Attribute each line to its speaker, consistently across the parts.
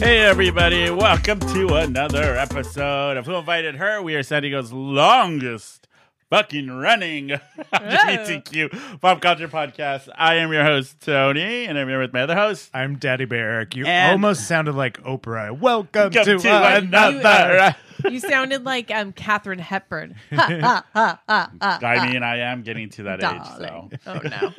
Speaker 1: Hey, everybody, welcome to another episode of Who Invited Her? We are San Diego's longest fucking running LGBTQ pop culture podcast. I am your host, Tony, and I'm here with my other host.
Speaker 2: I'm Daddy Bear Eric. You
Speaker 1: And-
Speaker 2: almost sounded like Oprah. Welcome
Speaker 1: Come
Speaker 2: to,
Speaker 1: to another.
Speaker 3: You sounded like um Catherine Hepburn.
Speaker 1: I mean, I am getting to that
Speaker 3: Darling.
Speaker 1: age, so.
Speaker 3: Oh no.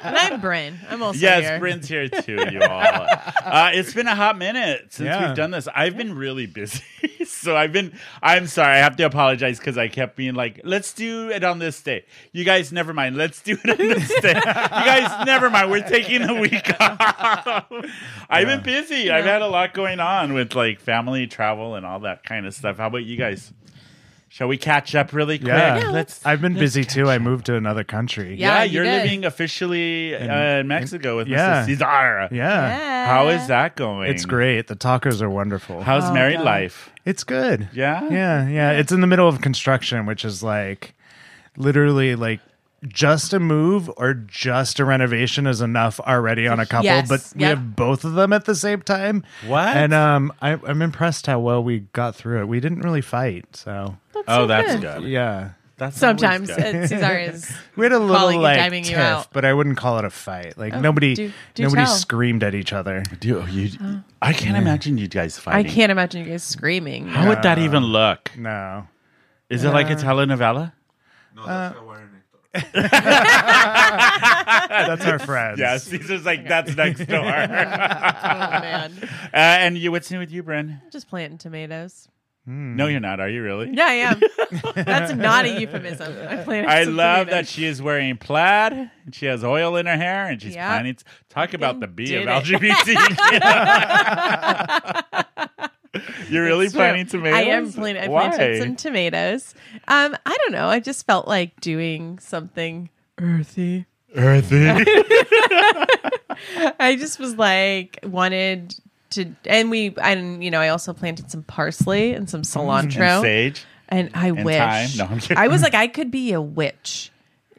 Speaker 3: and I'm Bryn. I'm also
Speaker 1: Yes,
Speaker 3: here.
Speaker 1: Bryn's here too, you all. Uh, it's been a hot minute since
Speaker 2: Yeah.
Speaker 1: we've done this. I've been really busy. so I've been, I'm sorry, I have to apologize because I kept being like, let's do it on this day. You guys, never mind. Let's do it on this day. you guys, never mind. We're taking the week off. I've been busy. I've had a lot going on with like family travel and all that kind of stuff. How about you guys? Shall we catch up really quick?
Speaker 2: Yeah. Yeah,
Speaker 1: Let's
Speaker 2: I've been busy too. I moved to another country.
Speaker 3: Yeah,
Speaker 1: yeah,
Speaker 3: you
Speaker 1: you're
Speaker 3: did.
Speaker 1: living officially uh, in Mexico with
Speaker 2: yeah.
Speaker 1: Mrs. Cesar.
Speaker 2: Yeah.
Speaker 3: Yeah.
Speaker 1: How is that going?
Speaker 2: It's great. The tacos are wonderful.
Speaker 1: How's
Speaker 3: Oh,
Speaker 1: married
Speaker 3: God.
Speaker 1: life?
Speaker 2: it's good.
Speaker 1: Yeah?
Speaker 2: Yeah. Yeah. It's in the middle of construction, which is like literally like just a move or just a renovation is enough already on a couple,
Speaker 3: Yes.
Speaker 2: but we
Speaker 3: Yep.
Speaker 2: have both of them at the same time.
Speaker 1: What?
Speaker 2: And um, I, I'm impressed how well we got through it. We didn't really fight. So,
Speaker 1: oh, that's good.
Speaker 2: yeah.
Speaker 1: That's
Speaker 3: Sometimes
Speaker 1: always good.
Speaker 3: uh, Cesar is
Speaker 2: We had a little
Speaker 3: Calling and
Speaker 2: like
Speaker 3: diming you
Speaker 2: tiff,
Speaker 3: out. Oh,
Speaker 2: but I wouldn't call it a fight. Like nobody,
Speaker 3: do- do
Speaker 2: nobody
Speaker 3: tell.
Speaker 2: screamed at each other.
Speaker 1: Dude, you- I can't imagine you guys
Speaker 3: Uh, I
Speaker 1: fighting.
Speaker 3: can't imagine you guys screaming.
Speaker 1: How would that even look?
Speaker 2: No,
Speaker 1: Is it like a telenovela?
Speaker 4: No, that's Hawaiian Nectar.
Speaker 2: that's our friends.
Speaker 1: Yes, Caesar's like that's next door. uh,
Speaker 3: Oh man.
Speaker 1: and you, what's new with you, Bryn?
Speaker 3: Just planting tomatoes.
Speaker 1: No, you're not. Are you really?
Speaker 3: Yeah, I am. That's not a euphemism. I planted
Speaker 1: I
Speaker 3: some
Speaker 1: love that
Speaker 3: tomatoes.
Speaker 1: she is wearing plaid and she has oil in her hair and she's
Speaker 3: Yep.
Speaker 1: planning. To, talk about the B
Speaker 3: did
Speaker 1: of
Speaker 3: it.
Speaker 1: LGBT. You're really
Speaker 3: It's true.
Speaker 1: planting tomatoes?
Speaker 3: I am planting. I planted some tomatoes. Um, I don't know. I just felt like doing something earthy.
Speaker 1: Earthy.
Speaker 3: I just was like wanted to, and we, and you know, I also planted some parsley and some cilantro,
Speaker 1: Mm, and
Speaker 3: and,
Speaker 1: sage.
Speaker 3: I wish
Speaker 1: thyme. No, I'm kidding.
Speaker 3: I was like I could be a witch,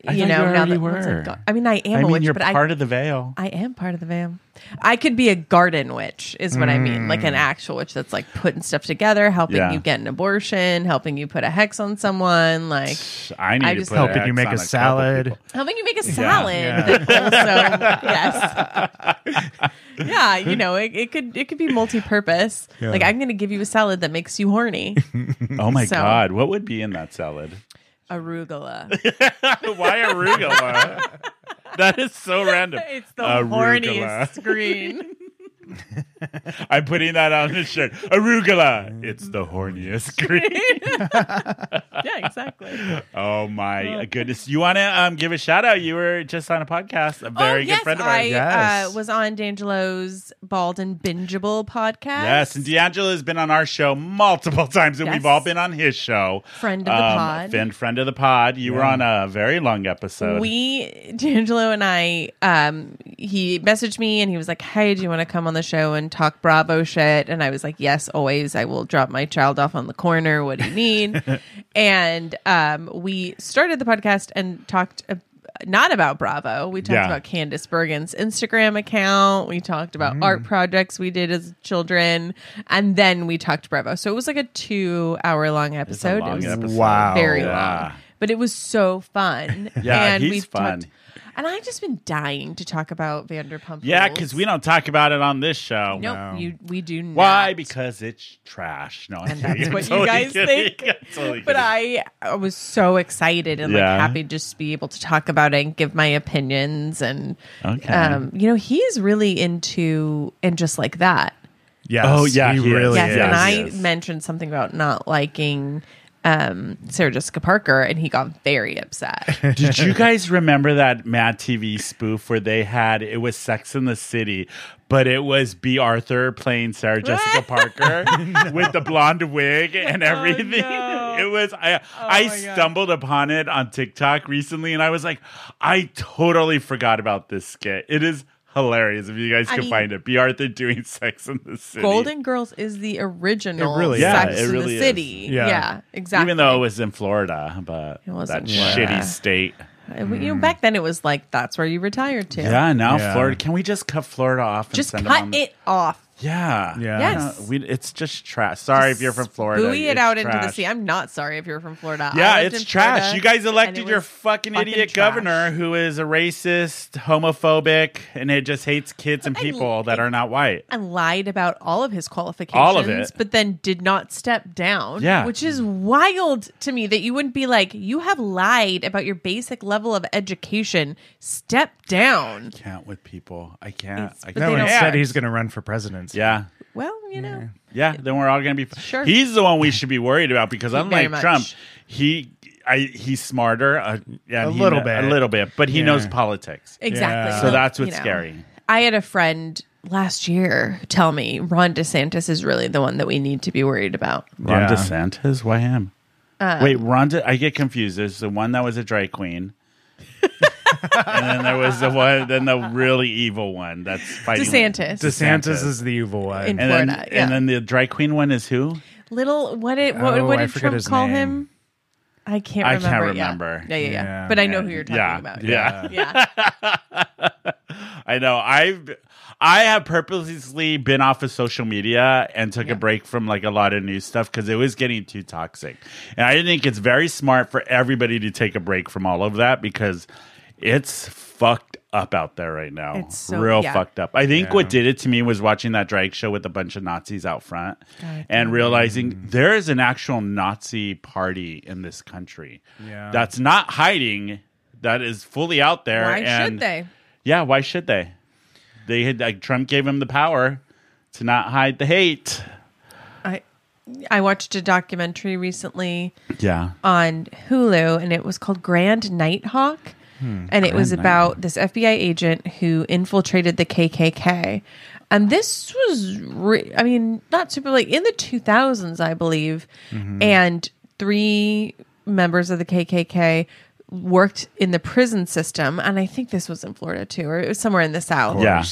Speaker 1: I
Speaker 3: you
Speaker 1: thought
Speaker 3: know.
Speaker 1: you
Speaker 3: now
Speaker 1: already
Speaker 3: that once I've
Speaker 1: were.
Speaker 3: gone- I mean, I am
Speaker 1: I
Speaker 3: a
Speaker 1: mean,
Speaker 3: witch,
Speaker 1: you're
Speaker 3: but I,
Speaker 1: part of the veil.
Speaker 3: I am part of the van. I could be a garden witch, is what I mean. Like an actual witch that's like putting stuff together, helping
Speaker 1: Mm. Yeah.
Speaker 3: you get an abortion, helping you put a hex on someone, like
Speaker 1: I need
Speaker 3: I
Speaker 1: to
Speaker 3: just
Speaker 1: put
Speaker 3: helping
Speaker 1: an
Speaker 2: you
Speaker 1: X
Speaker 2: make
Speaker 1: on
Speaker 2: a
Speaker 1: couple
Speaker 2: salad.
Speaker 1: people.
Speaker 3: helping you make a salad.
Speaker 2: yeah.
Speaker 3: that also, yes, yeah, you know, it, it could it could be multi purpose.
Speaker 2: Yeah.
Speaker 3: Like I'm going to give you a salad that makes you horny.
Speaker 1: Oh my
Speaker 3: So-
Speaker 1: god, what would be in that salad?
Speaker 3: Arugula.
Speaker 1: Why arugula? that is so random.
Speaker 3: It's the
Speaker 1: Arugula.
Speaker 3: horniest green.
Speaker 1: I'm putting that on the shirt. Arugula.
Speaker 3: Mm.
Speaker 1: It's the horniest green.
Speaker 3: yeah, exactly.
Speaker 1: Oh my goodness! You want to um, give a shout out? You were just on a podcast, a very good
Speaker 3: Oh, yes,
Speaker 1: friend of
Speaker 3: I
Speaker 1: ours.
Speaker 2: Yes.
Speaker 3: uh, was on D'Angelo's Bald and Bingeable podcast.
Speaker 1: Yes, and D'Angelo has been on our show multiple times, and
Speaker 3: Yes.
Speaker 1: we've all been on his show.
Speaker 3: Friend of the
Speaker 1: Um,
Speaker 3: pod.
Speaker 1: friend, friend of the pod. You were on a very long episode.
Speaker 3: We D'Angelo and I um he messaged me and he was like, Hey, do you want to come on the show and talk Bravo shit? And I was like, Yes, always. I will drop my child off on the corner. What do you need? and um we started the podcast and talked uh, not about Bravo. We talked
Speaker 1: Yeah.
Speaker 3: about Candace Bergen's Instagram account. We talked about
Speaker 1: Mm.
Speaker 3: art projects we did as children, and then we talked Bravo. So it was like a two-hour-long
Speaker 1: It's a
Speaker 3: episode.
Speaker 1: long
Speaker 3: it was
Speaker 1: episode.
Speaker 2: Wow.
Speaker 3: very
Speaker 1: Yeah.
Speaker 3: long. But it was so fun.
Speaker 1: Yeah,
Speaker 3: and
Speaker 1: he's
Speaker 3: we've
Speaker 1: fun.
Speaker 3: Talked, and I've just been dying to talk about Vanderpump.
Speaker 1: Yeah,
Speaker 3: Rules.
Speaker 1: because we don't talk about it on this show.
Speaker 3: Nope, you, we do not.
Speaker 1: Why? Because it's trash. No, I'm
Speaker 3: And
Speaker 1: kidding.
Speaker 3: that's
Speaker 1: I'm
Speaker 3: what you
Speaker 1: totally
Speaker 3: guys
Speaker 1: kidding.
Speaker 3: think.
Speaker 1: I'm totally
Speaker 3: But
Speaker 1: kidding.
Speaker 3: I, I was so excited and
Speaker 1: Yeah.
Speaker 3: like happy just to be able to talk about it and give my opinions and
Speaker 1: Okay.
Speaker 3: um, you know he's really into and just like that.
Speaker 2: Yes.
Speaker 1: Oh, yeah,
Speaker 2: He
Speaker 1: he is.
Speaker 2: really
Speaker 3: Yes,
Speaker 2: is.
Speaker 1: yeah,
Speaker 3: and I
Speaker 1: he is.
Speaker 3: mentioned something about not liking um, Sarah Jessica Parker, and he got very upset.
Speaker 1: Did you guys remember that Mad TV spoof where they had it was Sex in the City, but it was B. Arthur playing Sarah Jessica Parker with the blonde wig and everything?
Speaker 3: Oh, no. Oh
Speaker 1: It was I I stumbled upon it on TikTok recently, and I was like, I totally forgot about this skit. It is. Hilarious if you guys
Speaker 3: I
Speaker 1: can
Speaker 3: mean-
Speaker 1: find it. B. Arthur doing Sex in the City.
Speaker 3: Golden Girls is the original
Speaker 2: It really
Speaker 1: is. Yeah,
Speaker 3: Sex
Speaker 1: it
Speaker 3: in
Speaker 1: really
Speaker 3: the
Speaker 1: is.
Speaker 3: City.
Speaker 2: Yeah.
Speaker 3: Yeah, exactly.
Speaker 1: Even though it was in Florida, but
Speaker 3: It was
Speaker 1: that
Speaker 3: in Florida.
Speaker 1: shitty state.
Speaker 3: Uh, You know, back then it was like that's where you retired to.
Speaker 1: Yeah, now
Speaker 2: Yeah.
Speaker 1: Florida. Can we just cut Florida off? And
Speaker 3: Just
Speaker 1: send them on
Speaker 3: cut
Speaker 1: the-
Speaker 3: it off.
Speaker 1: Yeah.
Speaker 2: Yeah.
Speaker 3: Yes.
Speaker 1: Uh, we, it's just trash. Sorry if you're from Florida.
Speaker 3: Buoy it
Speaker 1: It's
Speaker 3: out into the
Speaker 1: trash.
Speaker 3: sea. I'm not sorry if you're from Florida. I
Speaker 1: Yeah,
Speaker 3: lived
Speaker 1: it's
Speaker 3: in Florida,
Speaker 1: trash. You guys
Speaker 3: and it
Speaker 1: elected your
Speaker 3: was
Speaker 1: fucking, idiot
Speaker 3: trash.
Speaker 1: governor who is a racist, homophobic, and it just hates kids and
Speaker 3: I
Speaker 1: people that are not white.
Speaker 3: and lied about all of his qualifications,
Speaker 1: All of it.
Speaker 3: but then did not step down.
Speaker 1: Yeah.
Speaker 3: Which is wild to me that you wouldn't be like, you have lied about your basic level of education. Step down.
Speaker 1: Can't with people. I can't.
Speaker 3: It's-
Speaker 1: I
Speaker 3: but
Speaker 1: can't.
Speaker 2: No,
Speaker 3: they don't-
Speaker 2: instead
Speaker 3: Yeah.
Speaker 2: he's going to run for presidency.
Speaker 1: yeah.
Speaker 3: Well, you know.
Speaker 1: Yeah, then we're all gonna be.
Speaker 3: Sure.
Speaker 1: He's the one we should be worried about because unlike
Speaker 3: much.
Speaker 1: Trump, he I he's smarter. Uh, and
Speaker 2: A
Speaker 1: he
Speaker 2: little
Speaker 1: kno-
Speaker 2: bit.
Speaker 1: a little bit, but he
Speaker 2: Yeah.
Speaker 1: knows politics.
Speaker 3: Exactly.
Speaker 2: Yeah.
Speaker 1: So that's what's
Speaker 3: you know.
Speaker 1: scary.
Speaker 3: I had a friend last year tell me Ron DeSantis is really the one that we need to be worried about.
Speaker 1: Ron
Speaker 2: Yeah.
Speaker 1: DeSantis, why him?
Speaker 3: Uh,
Speaker 1: Wait, Ron. De- I get confused. There's the one that was a drag queen, and then there was the one, then the really evil one that's fighting
Speaker 3: DeSantis.
Speaker 2: DeSantis is the evil one.
Speaker 3: In-
Speaker 1: and then,
Speaker 3: Florida, yeah.
Speaker 1: and then the drag queen one is who?
Speaker 3: Little what did what,
Speaker 2: Oh,
Speaker 3: what
Speaker 2: I
Speaker 3: did
Speaker 2: forget
Speaker 3: Trump
Speaker 2: his
Speaker 3: call
Speaker 2: name.
Speaker 3: him? I can't
Speaker 1: I
Speaker 3: remember.
Speaker 1: can't
Speaker 3: yeah.
Speaker 1: remember.
Speaker 3: Yeah, yeah, yeah.
Speaker 2: Yeah,
Speaker 3: But I know
Speaker 2: man.
Speaker 3: who you're talking
Speaker 1: Yeah,
Speaker 3: about.
Speaker 1: yeah.
Speaker 3: Yeah.
Speaker 1: I know. I've I have purposely been off of social media and took
Speaker 3: Yeah.
Speaker 1: a break from like a lot of news stuff because it was getting too toxic. And I think it's very smart for everybody to take a break from all of that because it's fucked up out there right now.
Speaker 3: It's so-
Speaker 1: real
Speaker 3: yeah.
Speaker 1: fucked up. I think what did it to me was watching that drag show with a bunch of Nazis out front
Speaker 3: God.
Speaker 1: and realizing there is an actual Nazi party in this country.
Speaker 2: Yeah.
Speaker 1: That's not hiding. That is fully out there.
Speaker 3: Why
Speaker 1: and
Speaker 3: should they?
Speaker 1: yeah, why should they? They had like Trump gave him the power to not hide the hate.
Speaker 3: I I watched a documentary recently
Speaker 1: Yeah.
Speaker 3: on Hulu, and it was called Grand Nighthawk. and it was about this FBI agent who infiltrated the KKK. And this was, re- I mean, not super late in the 2000s, I believe. And three members of the KKK worked in the prison system. And I think this was in Florida too, or it was somewhere in the South
Speaker 1: Yeah.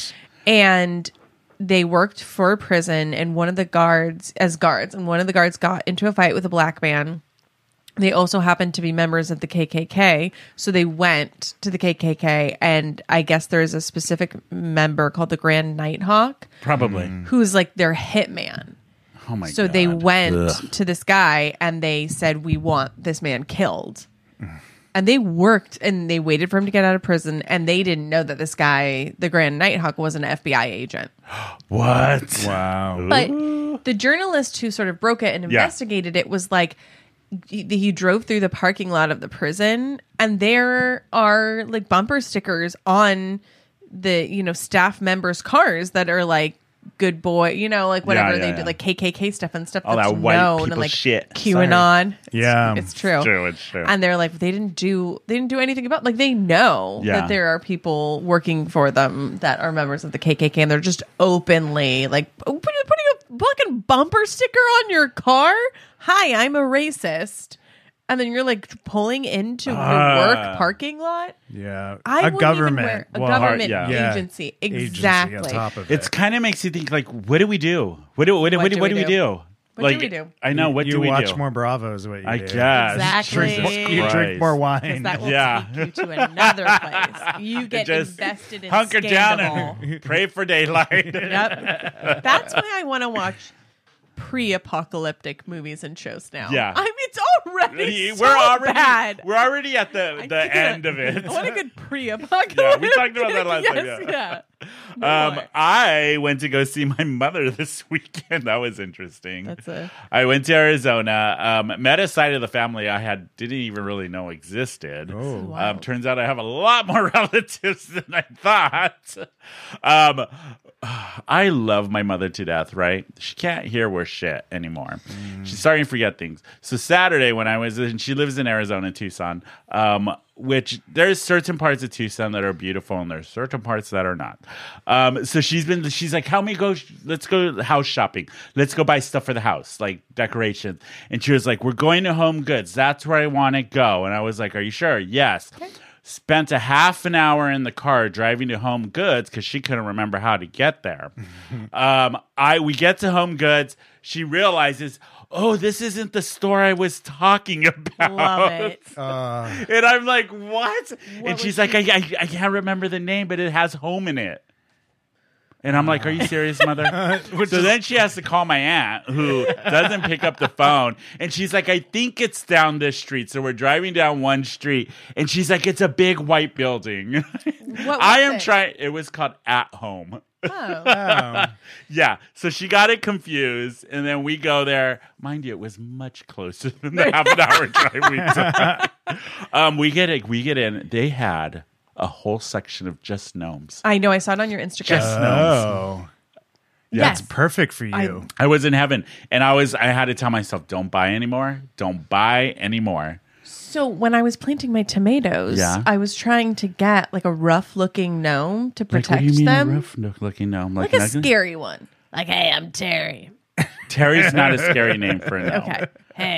Speaker 3: and they worked for a prison and one of the guards as guards and one of the guards got into a fight with a black man they also happened to be members of the KKK so they went to the KKK and i guess there is a specific member called the Grand Nighthawk
Speaker 1: Probably.
Speaker 2: Mm.
Speaker 3: who's like their hitman
Speaker 1: Oh my
Speaker 3: so
Speaker 1: god.
Speaker 3: they went
Speaker 1: Ugh.
Speaker 3: to this guy and they said, We want this man killed. And they worked and they waited for him to get out of prison. And they didn't know that this guy, the Grand Nighthawk, was an FBI agent.
Speaker 1: What?
Speaker 2: Wow.
Speaker 3: But the journalist who sort of broke it and
Speaker 1: Yeah.
Speaker 3: investigated it was like, he he drove through the parking lot of the prison and there are like bumper stickers on the you know staff members cars that are like good boy you know like whatever
Speaker 1: yeah,
Speaker 3: they do
Speaker 1: yeah.
Speaker 3: like kkk stuff and stuff
Speaker 1: All
Speaker 3: that's
Speaker 1: that white
Speaker 3: known and
Speaker 1: people
Speaker 3: like
Speaker 1: shit.
Speaker 3: qanon It's-
Speaker 2: Yeah.
Speaker 3: it's true.
Speaker 1: true, it's true.
Speaker 3: and they're like they didn't do they didn't do anything about like they know
Speaker 1: Yeah.
Speaker 3: that there are people working for them that are members of the kkk and they're just openly like "Oh, put- putting a fucking bumper sticker on your car hi i'm a racist and then you're like pulling into your
Speaker 1: Ah.
Speaker 3: work parking lot
Speaker 2: Yeah.
Speaker 3: I
Speaker 2: a
Speaker 3: wouldn't even wear-
Speaker 2: government.
Speaker 3: a
Speaker 2: well,
Speaker 3: government
Speaker 1: yeah.
Speaker 2: yeah,
Speaker 3: agency
Speaker 2: agency on
Speaker 3: exactly
Speaker 2: top of
Speaker 1: It's
Speaker 2: it.
Speaker 1: kind of makes you think like what do we do? What do what, do- what, do, what do we do?
Speaker 3: What do
Speaker 1: like,
Speaker 3: we do?
Speaker 1: I know what
Speaker 2: you
Speaker 1: do we
Speaker 2: watch
Speaker 1: do?
Speaker 2: more Bravo is what you
Speaker 1: I
Speaker 2: do.
Speaker 1: guess.
Speaker 3: Exactly.
Speaker 2: Drink more-
Speaker 1: Jesus
Speaker 2: you drink
Speaker 1: Christ.
Speaker 2: more
Speaker 3: because
Speaker 2: wine.
Speaker 3: that will
Speaker 1: Yeah.
Speaker 3: take you to another place. You get
Speaker 1: Just
Speaker 3: invested in
Speaker 1: hunker down
Speaker 3: scandal.
Speaker 1: and pray for daylight.
Speaker 3: Yep. That's why I want to watch pre-apocalyptic movies and shows now.
Speaker 1: Yeah.
Speaker 3: I mean it's already so
Speaker 1: we're already
Speaker 3: bad.
Speaker 1: we're already at the
Speaker 3: I
Speaker 1: the
Speaker 3: think
Speaker 1: end
Speaker 3: I-
Speaker 1: of it.
Speaker 3: I want a good pre-apocalyptic.
Speaker 1: Yeah, we talked about that last time,
Speaker 3: yes,
Speaker 1: yeah.
Speaker 3: Yeah. No
Speaker 1: Um,
Speaker 3: more.
Speaker 1: I went to go see my mother this weekend. That was interesting.
Speaker 3: That's a-
Speaker 1: I went to Arizona, um, met a side of the family I had didn't even really know existed.
Speaker 2: Oh.
Speaker 1: Um,
Speaker 3: Wild.
Speaker 1: turns out I have a lot more relatives than I thought. Um, I love my mother to death, right? She can't hear worth shit anymore. She's starting to forget things. So Saturday when I was and she lives in Arizona, Tucson, um, which there's certain parts of Tucson that are beautiful and there's certain parts that are not. Um, so she's been she's like, Help me go let's go house shopping. Let's go buy stuff for the house, like decorations. And she was like, We're going to home goods. That's where I want to go. And I was like, Are you sure? Yes. spent a half an hour in the car driving to Home Goods because she couldn't remember how to get there. um, I we get to Home Goods, she realizes, oh, this isn't the store I was talking about.
Speaker 3: Love it.
Speaker 2: Uh,
Speaker 1: And I'm like, what? and
Speaker 3: was
Speaker 1: she's like, I, I, I can't remember the name, but it has home in it. And I'm like, are you serious, mother? so then she has to call my aunt, who doesn't pick up the phone. And she's like, I think it's down this street. So we're driving down one street, and she's like, it's a big white building.
Speaker 3: What
Speaker 1: I
Speaker 3: was
Speaker 1: am
Speaker 3: it?
Speaker 1: trying, it was called At Home.
Speaker 3: Oh.
Speaker 2: oh.
Speaker 1: Yeah. So she got it confused, and then we go there. Mind you, it was much closer than the half an hour drive we took. um, we get it. We get in. They had a whole section of just gnomes.
Speaker 3: I know. I saw it on your Instagram.
Speaker 1: Just-
Speaker 2: Oh.
Speaker 3: yes.
Speaker 2: It's perfect for
Speaker 3: I-
Speaker 2: you.
Speaker 1: I was in heaven, and I was. I had to tell myself, "Don't buy anymore. Don't buy anymore."
Speaker 3: So when I was planting my tomatoes,
Speaker 1: Yeah.
Speaker 3: I was trying to get like a rough looking gnome to protect
Speaker 1: like, what do you mean
Speaker 3: them.
Speaker 1: A rough look- looking gnome,
Speaker 3: Like a
Speaker 1: not gonna-
Speaker 3: scary one. Like, hey, I'm Terry.
Speaker 1: Terry's not a scary name for a gnome.
Speaker 3: Okay.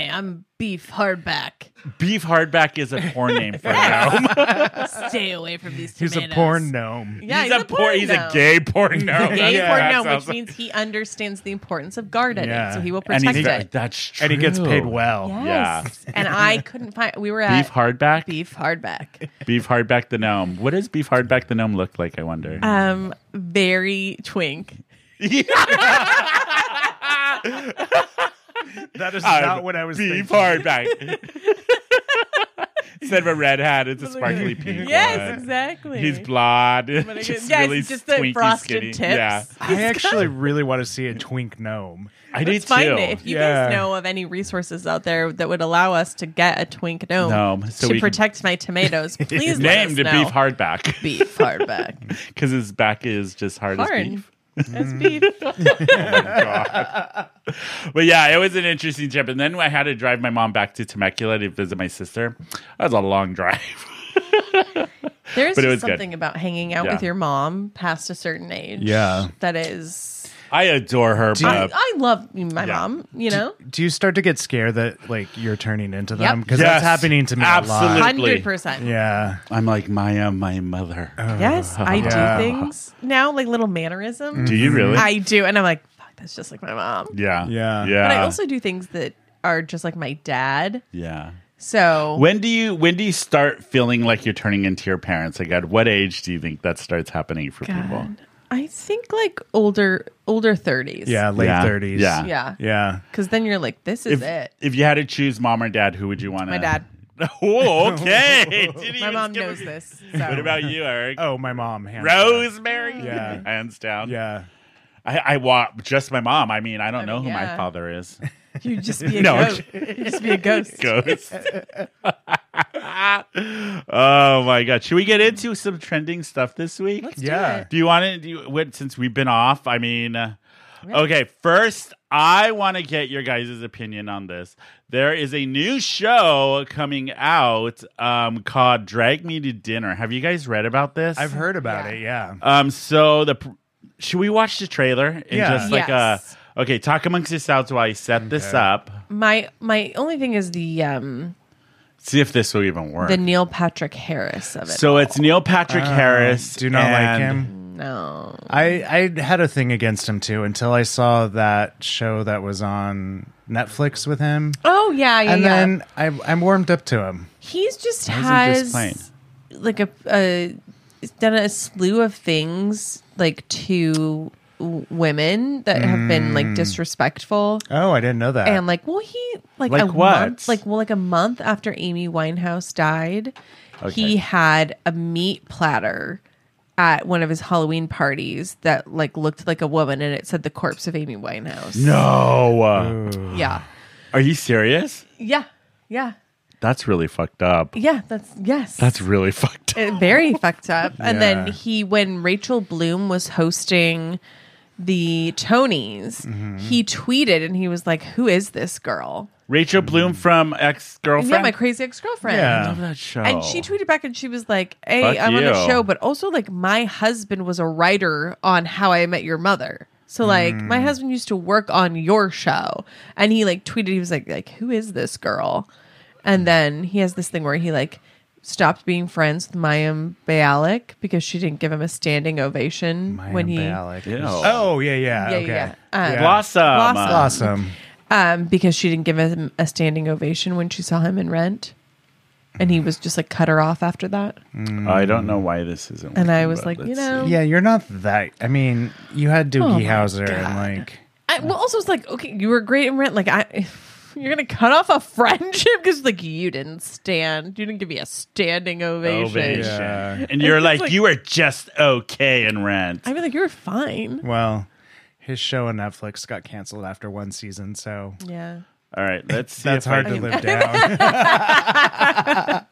Speaker 3: hey, I'm beef hardback.
Speaker 1: Beef hardback is a poor name for a gnome.
Speaker 3: Stay away from these
Speaker 2: He's a porn gnome.
Speaker 3: Yeah,
Speaker 1: he's, a poor. He's a gay porn gnome. That's
Speaker 3: Gay
Speaker 1: what
Speaker 3: porn
Speaker 1: that
Speaker 3: gnome,
Speaker 1: sounds
Speaker 3: which
Speaker 1: like.
Speaker 3: means he understands the importance of gardening,
Speaker 2: Yeah.
Speaker 3: so he will
Speaker 1: And
Speaker 3: protect
Speaker 1: he's
Speaker 3: it.
Speaker 1: very- that's true.
Speaker 2: And he gets paid well.
Speaker 3: Yes. and I couldn't find. We were at
Speaker 1: Beef hardback. Beef.
Speaker 3: Uh, beef hardback.
Speaker 1: hardback the gnome. What does beef hardback the gnome look like? I wonder.
Speaker 3: Um, very twink.
Speaker 2: That is
Speaker 1: I'm
Speaker 2: not what I was
Speaker 1: beef
Speaker 2: thinking.
Speaker 1: hardback. Instead of a red hat, it's a sparkly pink. one.
Speaker 3: Yes, exactly.
Speaker 1: He's blonde.
Speaker 3: But
Speaker 1: Just
Speaker 3: again, yes,
Speaker 1: really
Speaker 3: just the
Speaker 1: twinky,
Speaker 3: frosted
Speaker 1: skinny.
Speaker 3: tips.
Speaker 1: Yeah,
Speaker 2: I actually really want to see a twink gnome.
Speaker 1: I
Speaker 3: Let's
Speaker 1: do
Speaker 3: find
Speaker 1: too.
Speaker 3: it. If you
Speaker 2: Yeah.
Speaker 3: guys know of any resources out there that would allow us to get a twink gnome
Speaker 1: Gnome, so we
Speaker 3: to
Speaker 1: can-
Speaker 3: protect my tomatoes, please let us
Speaker 1: Named a
Speaker 3: know.
Speaker 1: beef hardback
Speaker 3: Beef hardback.
Speaker 1: because his back is just hard as
Speaker 3: Hard.
Speaker 1: beef.
Speaker 3: That's beef.
Speaker 1: But yeah, it was an interesting trip. And then I had to drive my mom back to Temecula to visit my sister. That was a long drive.
Speaker 3: There's
Speaker 1: But it
Speaker 3: just
Speaker 1: was good.
Speaker 3: something about hanging out
Speaker 1: Yeah.
Speaker 3: with your mom past a certain age.
Speaker 2: Yeah.
Speaker 3: That is
Speaker 1: I adore her.
Speaker 2: you-
Speaker 1: but-
Speaker 3: I, I love my
Speaker 1: Uh, Yeah.
Speaker 3: mom, you know?
Speaker 2: Do you start to get scared that like you're turning into
Speaker 3: Yep.
Speaker 2: them? Because
Speaker 1: Yes.
Speaker 2: that's happening to me a lot.
Speaker 1: Absolutely.
Speaker 3: Hundred percent.
Speaker 2: Yeah.
Speaker 1: I'm like Maya, my mother.
Speaker 3: Yes, I
Speaker 2: Yeah.
Speaker 3: do things now, like little mannerisms.
Speaker 1: Mm. Do you really?
Speaker 3: I do, and I'm like, fuck, that's just like my mom.
Speaker 1: Um, yeah.
Speaker 2: Yeah.
Speaker 1: Yeah.
Speaker 3: But I also do things that are just like my dad.
Speaker 1: yeah.
Speaker 3: So
Speaker 1: When do you when do you start feeling like you're turning into your parents? Like at what age do you think that starts happening for people?
Speaker 3: God, I think like older older thirties.
Speaker 2: Yeah. Late
Speaker 1: Yeah.
Speaker 2: 30s.
Speaker 1: Yeah.
Speaker 3: yeah.
Speaker 2: Yeah.
Speaker 3: Because then you're like, this is
Speaker 1: If,
Speaker 3: it.
Speaker 1: if you had to choose mom or dad, who would you want to
Speaker 3: My dad.
Speaker 1: Oh, okay. Didn't
Speaker 3: My
Speaker 1: even
Speaker 3: mom
Speaker 1: skip a-
Speaker 3: knows this.
Speaker 1: What
Speaker 3: So.
Speaker 1: about you, Eric?
Speaker 2: Oh, my mom. hands down.
Speaker 1: Rosemary?
Speaker 2: Yeah.
Speaker 1: Hands down.
Speaker 2: Yeah.
Speaker 1: I, I want just my mom. I mean, I don't
Speaker 3: I
Speaker 1: know
Speaker 3: mean,
Speaker 1: who my
Speaker 3: yeah.
Speaker 1: father is.
Speaker 3: You'd just be a
Speaker 1: No,
Speaker 3: ghost. You'd just be a ghost.
Speaker 1: ghost. oh my god! Should we get into some trending stuff this week?
Speaker 3: Let's
Speaker 2: Yeah.
Speaker 3: do
Speaker 1: do you want to? Do you, what, since we've been off, I mean, uh,
Speaker 3: Yeah.
Speaker 1: okay. First, I want to get your guys' opinion on this. There is a new show coming out um, called "Drag Me to Dinner." Have you guys read about this?
Speaker 2: I've heard about
Speaker 3: Yeah.
Speaker 2: it. Yeah.
Speaker 1: Um, so the pr- should we watch the trailer and
Speaker 2: Yeah.
Speaker 1: just like
Speaker 3: Yes.
Speaker 1: uh, okay, talk amongst yourselves while I set this up.
Speaker 3: it. My my only thing is the um
Speaker 1: See if this will even work.
Speaker 3: the Neil Patrick Harris of it.
Speaker 1: So it's Neil Patrick Harris.
Speaker 2: Oh, Um, Do not like
Speaker 1: and-
Speaker 2: him.
Speaker 3: no.
Speaker 2: I, I had a thing against him too until I saw that show that was on Netflix with him.
Speaker 3: Oh yeah, yeah.
Speaker 2: And
Speaker 3: yeah.
Speaker 2: then I, I'm warmed up to him.
Speaker 3: he's just
Speaker 1: Why
Speaker 3: has
Speaker 1: isn't this plain?
Speaker 3: like a, a he's done a slew of things like to w- women that have been like disrespectful
Speaker 2: Oh, I didn't know that.
Speaker 3: and like well he like,
Speaker 1: Like
Speaker 3: a
Speaker 1: what?
Speaker 3: month like well like a month after Amy Winehouse died he had a meat platter at one of his Halloween parties that like looked like a woman and it said the corpse of Amy Winehouse
Speaker 1: No.
Speaker 3: yeah
Speaker 1: Are you serious?
Speaker 3: yeah yeah
Speaker 1: That's really fucked up.
Speaker 3: yeah that's yes
Speaker 1: That's really fucked up.
Speaker 3: Uh, very fucked up. And then
Speaker 2: Yeah.
Speaker 3: he, when Rachel Bloom was hosting the Tonys,
Speaker 1: Mm-hmm.
Speaker 3: he tweeted and he was like, "Who is this girl?"
Speaker 1: Rachel Bloom
Speaker 2: Mm.
Speaker 1: from Ex Girlfriend.
Speaker 3: Yeah, my crazy ex girlfriend.
Speaker 2: Yeah.
Speaker 1: love that show.
Speaker 3: And she tweeted back and she was like, "Hey,
Speaker 1: Oh. Fuck
Speaker 3: I'm on a
Speaker 1: you.
Speaker 3: show, but also like my husband was a writer on How I Met Your Mother." So like my
Speaker 1: Hmm.
Speaker 3: husband used to work on your show, and he like tweeted, he was like, "Like who is this girl?" And then he has this thing where he like stopped being friends with Mayim Bialik because she didn't give him a standing ovation when he
Speaker 2: Oh yeah, yeah.
Speaker 3: Yeah,
Speaker 2: okay.
Speaker 3: yeah, yeah. Um,
Speaker 1: Blossom.
Speaker 3: Blossom.
Speaker 2: Awesome.
Speaker 3: um, because she didn't give him a standing ovation when she saw him in Rent, and
Speaker 1: Hmm.
Speaker 3: he was just like cut her off after that.
Speaker 2: Mm.
Speaker 1: I don't know why this isn't.
Speaker 3: And I
Speaker 1: working,
Speaker 3: was
Speaker 1: but
Speaker 3: like, you
Speaker 1: let's
Speaker 3: know,
Speaker 2: Yeah, you're not that. I mean, you had Doogie
Speaker 3: Oh my
Speaker 2: Howser and
Speaker 3: God.
Speaker 2: like
Speaker 3: I, well, also it's like, okay, you were great in Rent. Like, I, you're gonna cut off a friendship because like you didn't stand, you didn't give me a standing
Speaker 1: see.
Speaker 3: ovation.
Speaker 1: Ovation.
Speaker 2: Yeah.
Speaker 1: And you're
Speaker 3: It's
Speaker 1: like,
Speaker 3: like-
Speaker 1: you were just okay in rent.
Speaker 3: I mean, like you were fine.
Speaker 2: well, his show on Netflix got canceled after one season, so
Speaker 3: Yeah,
Speaker 1: All right, let's see.
Speaker 2: that's
Speaker 1: if I
Speaker 2: hard to
Speaker 1: can-
Speaker 2: live down.
Speaker 3: I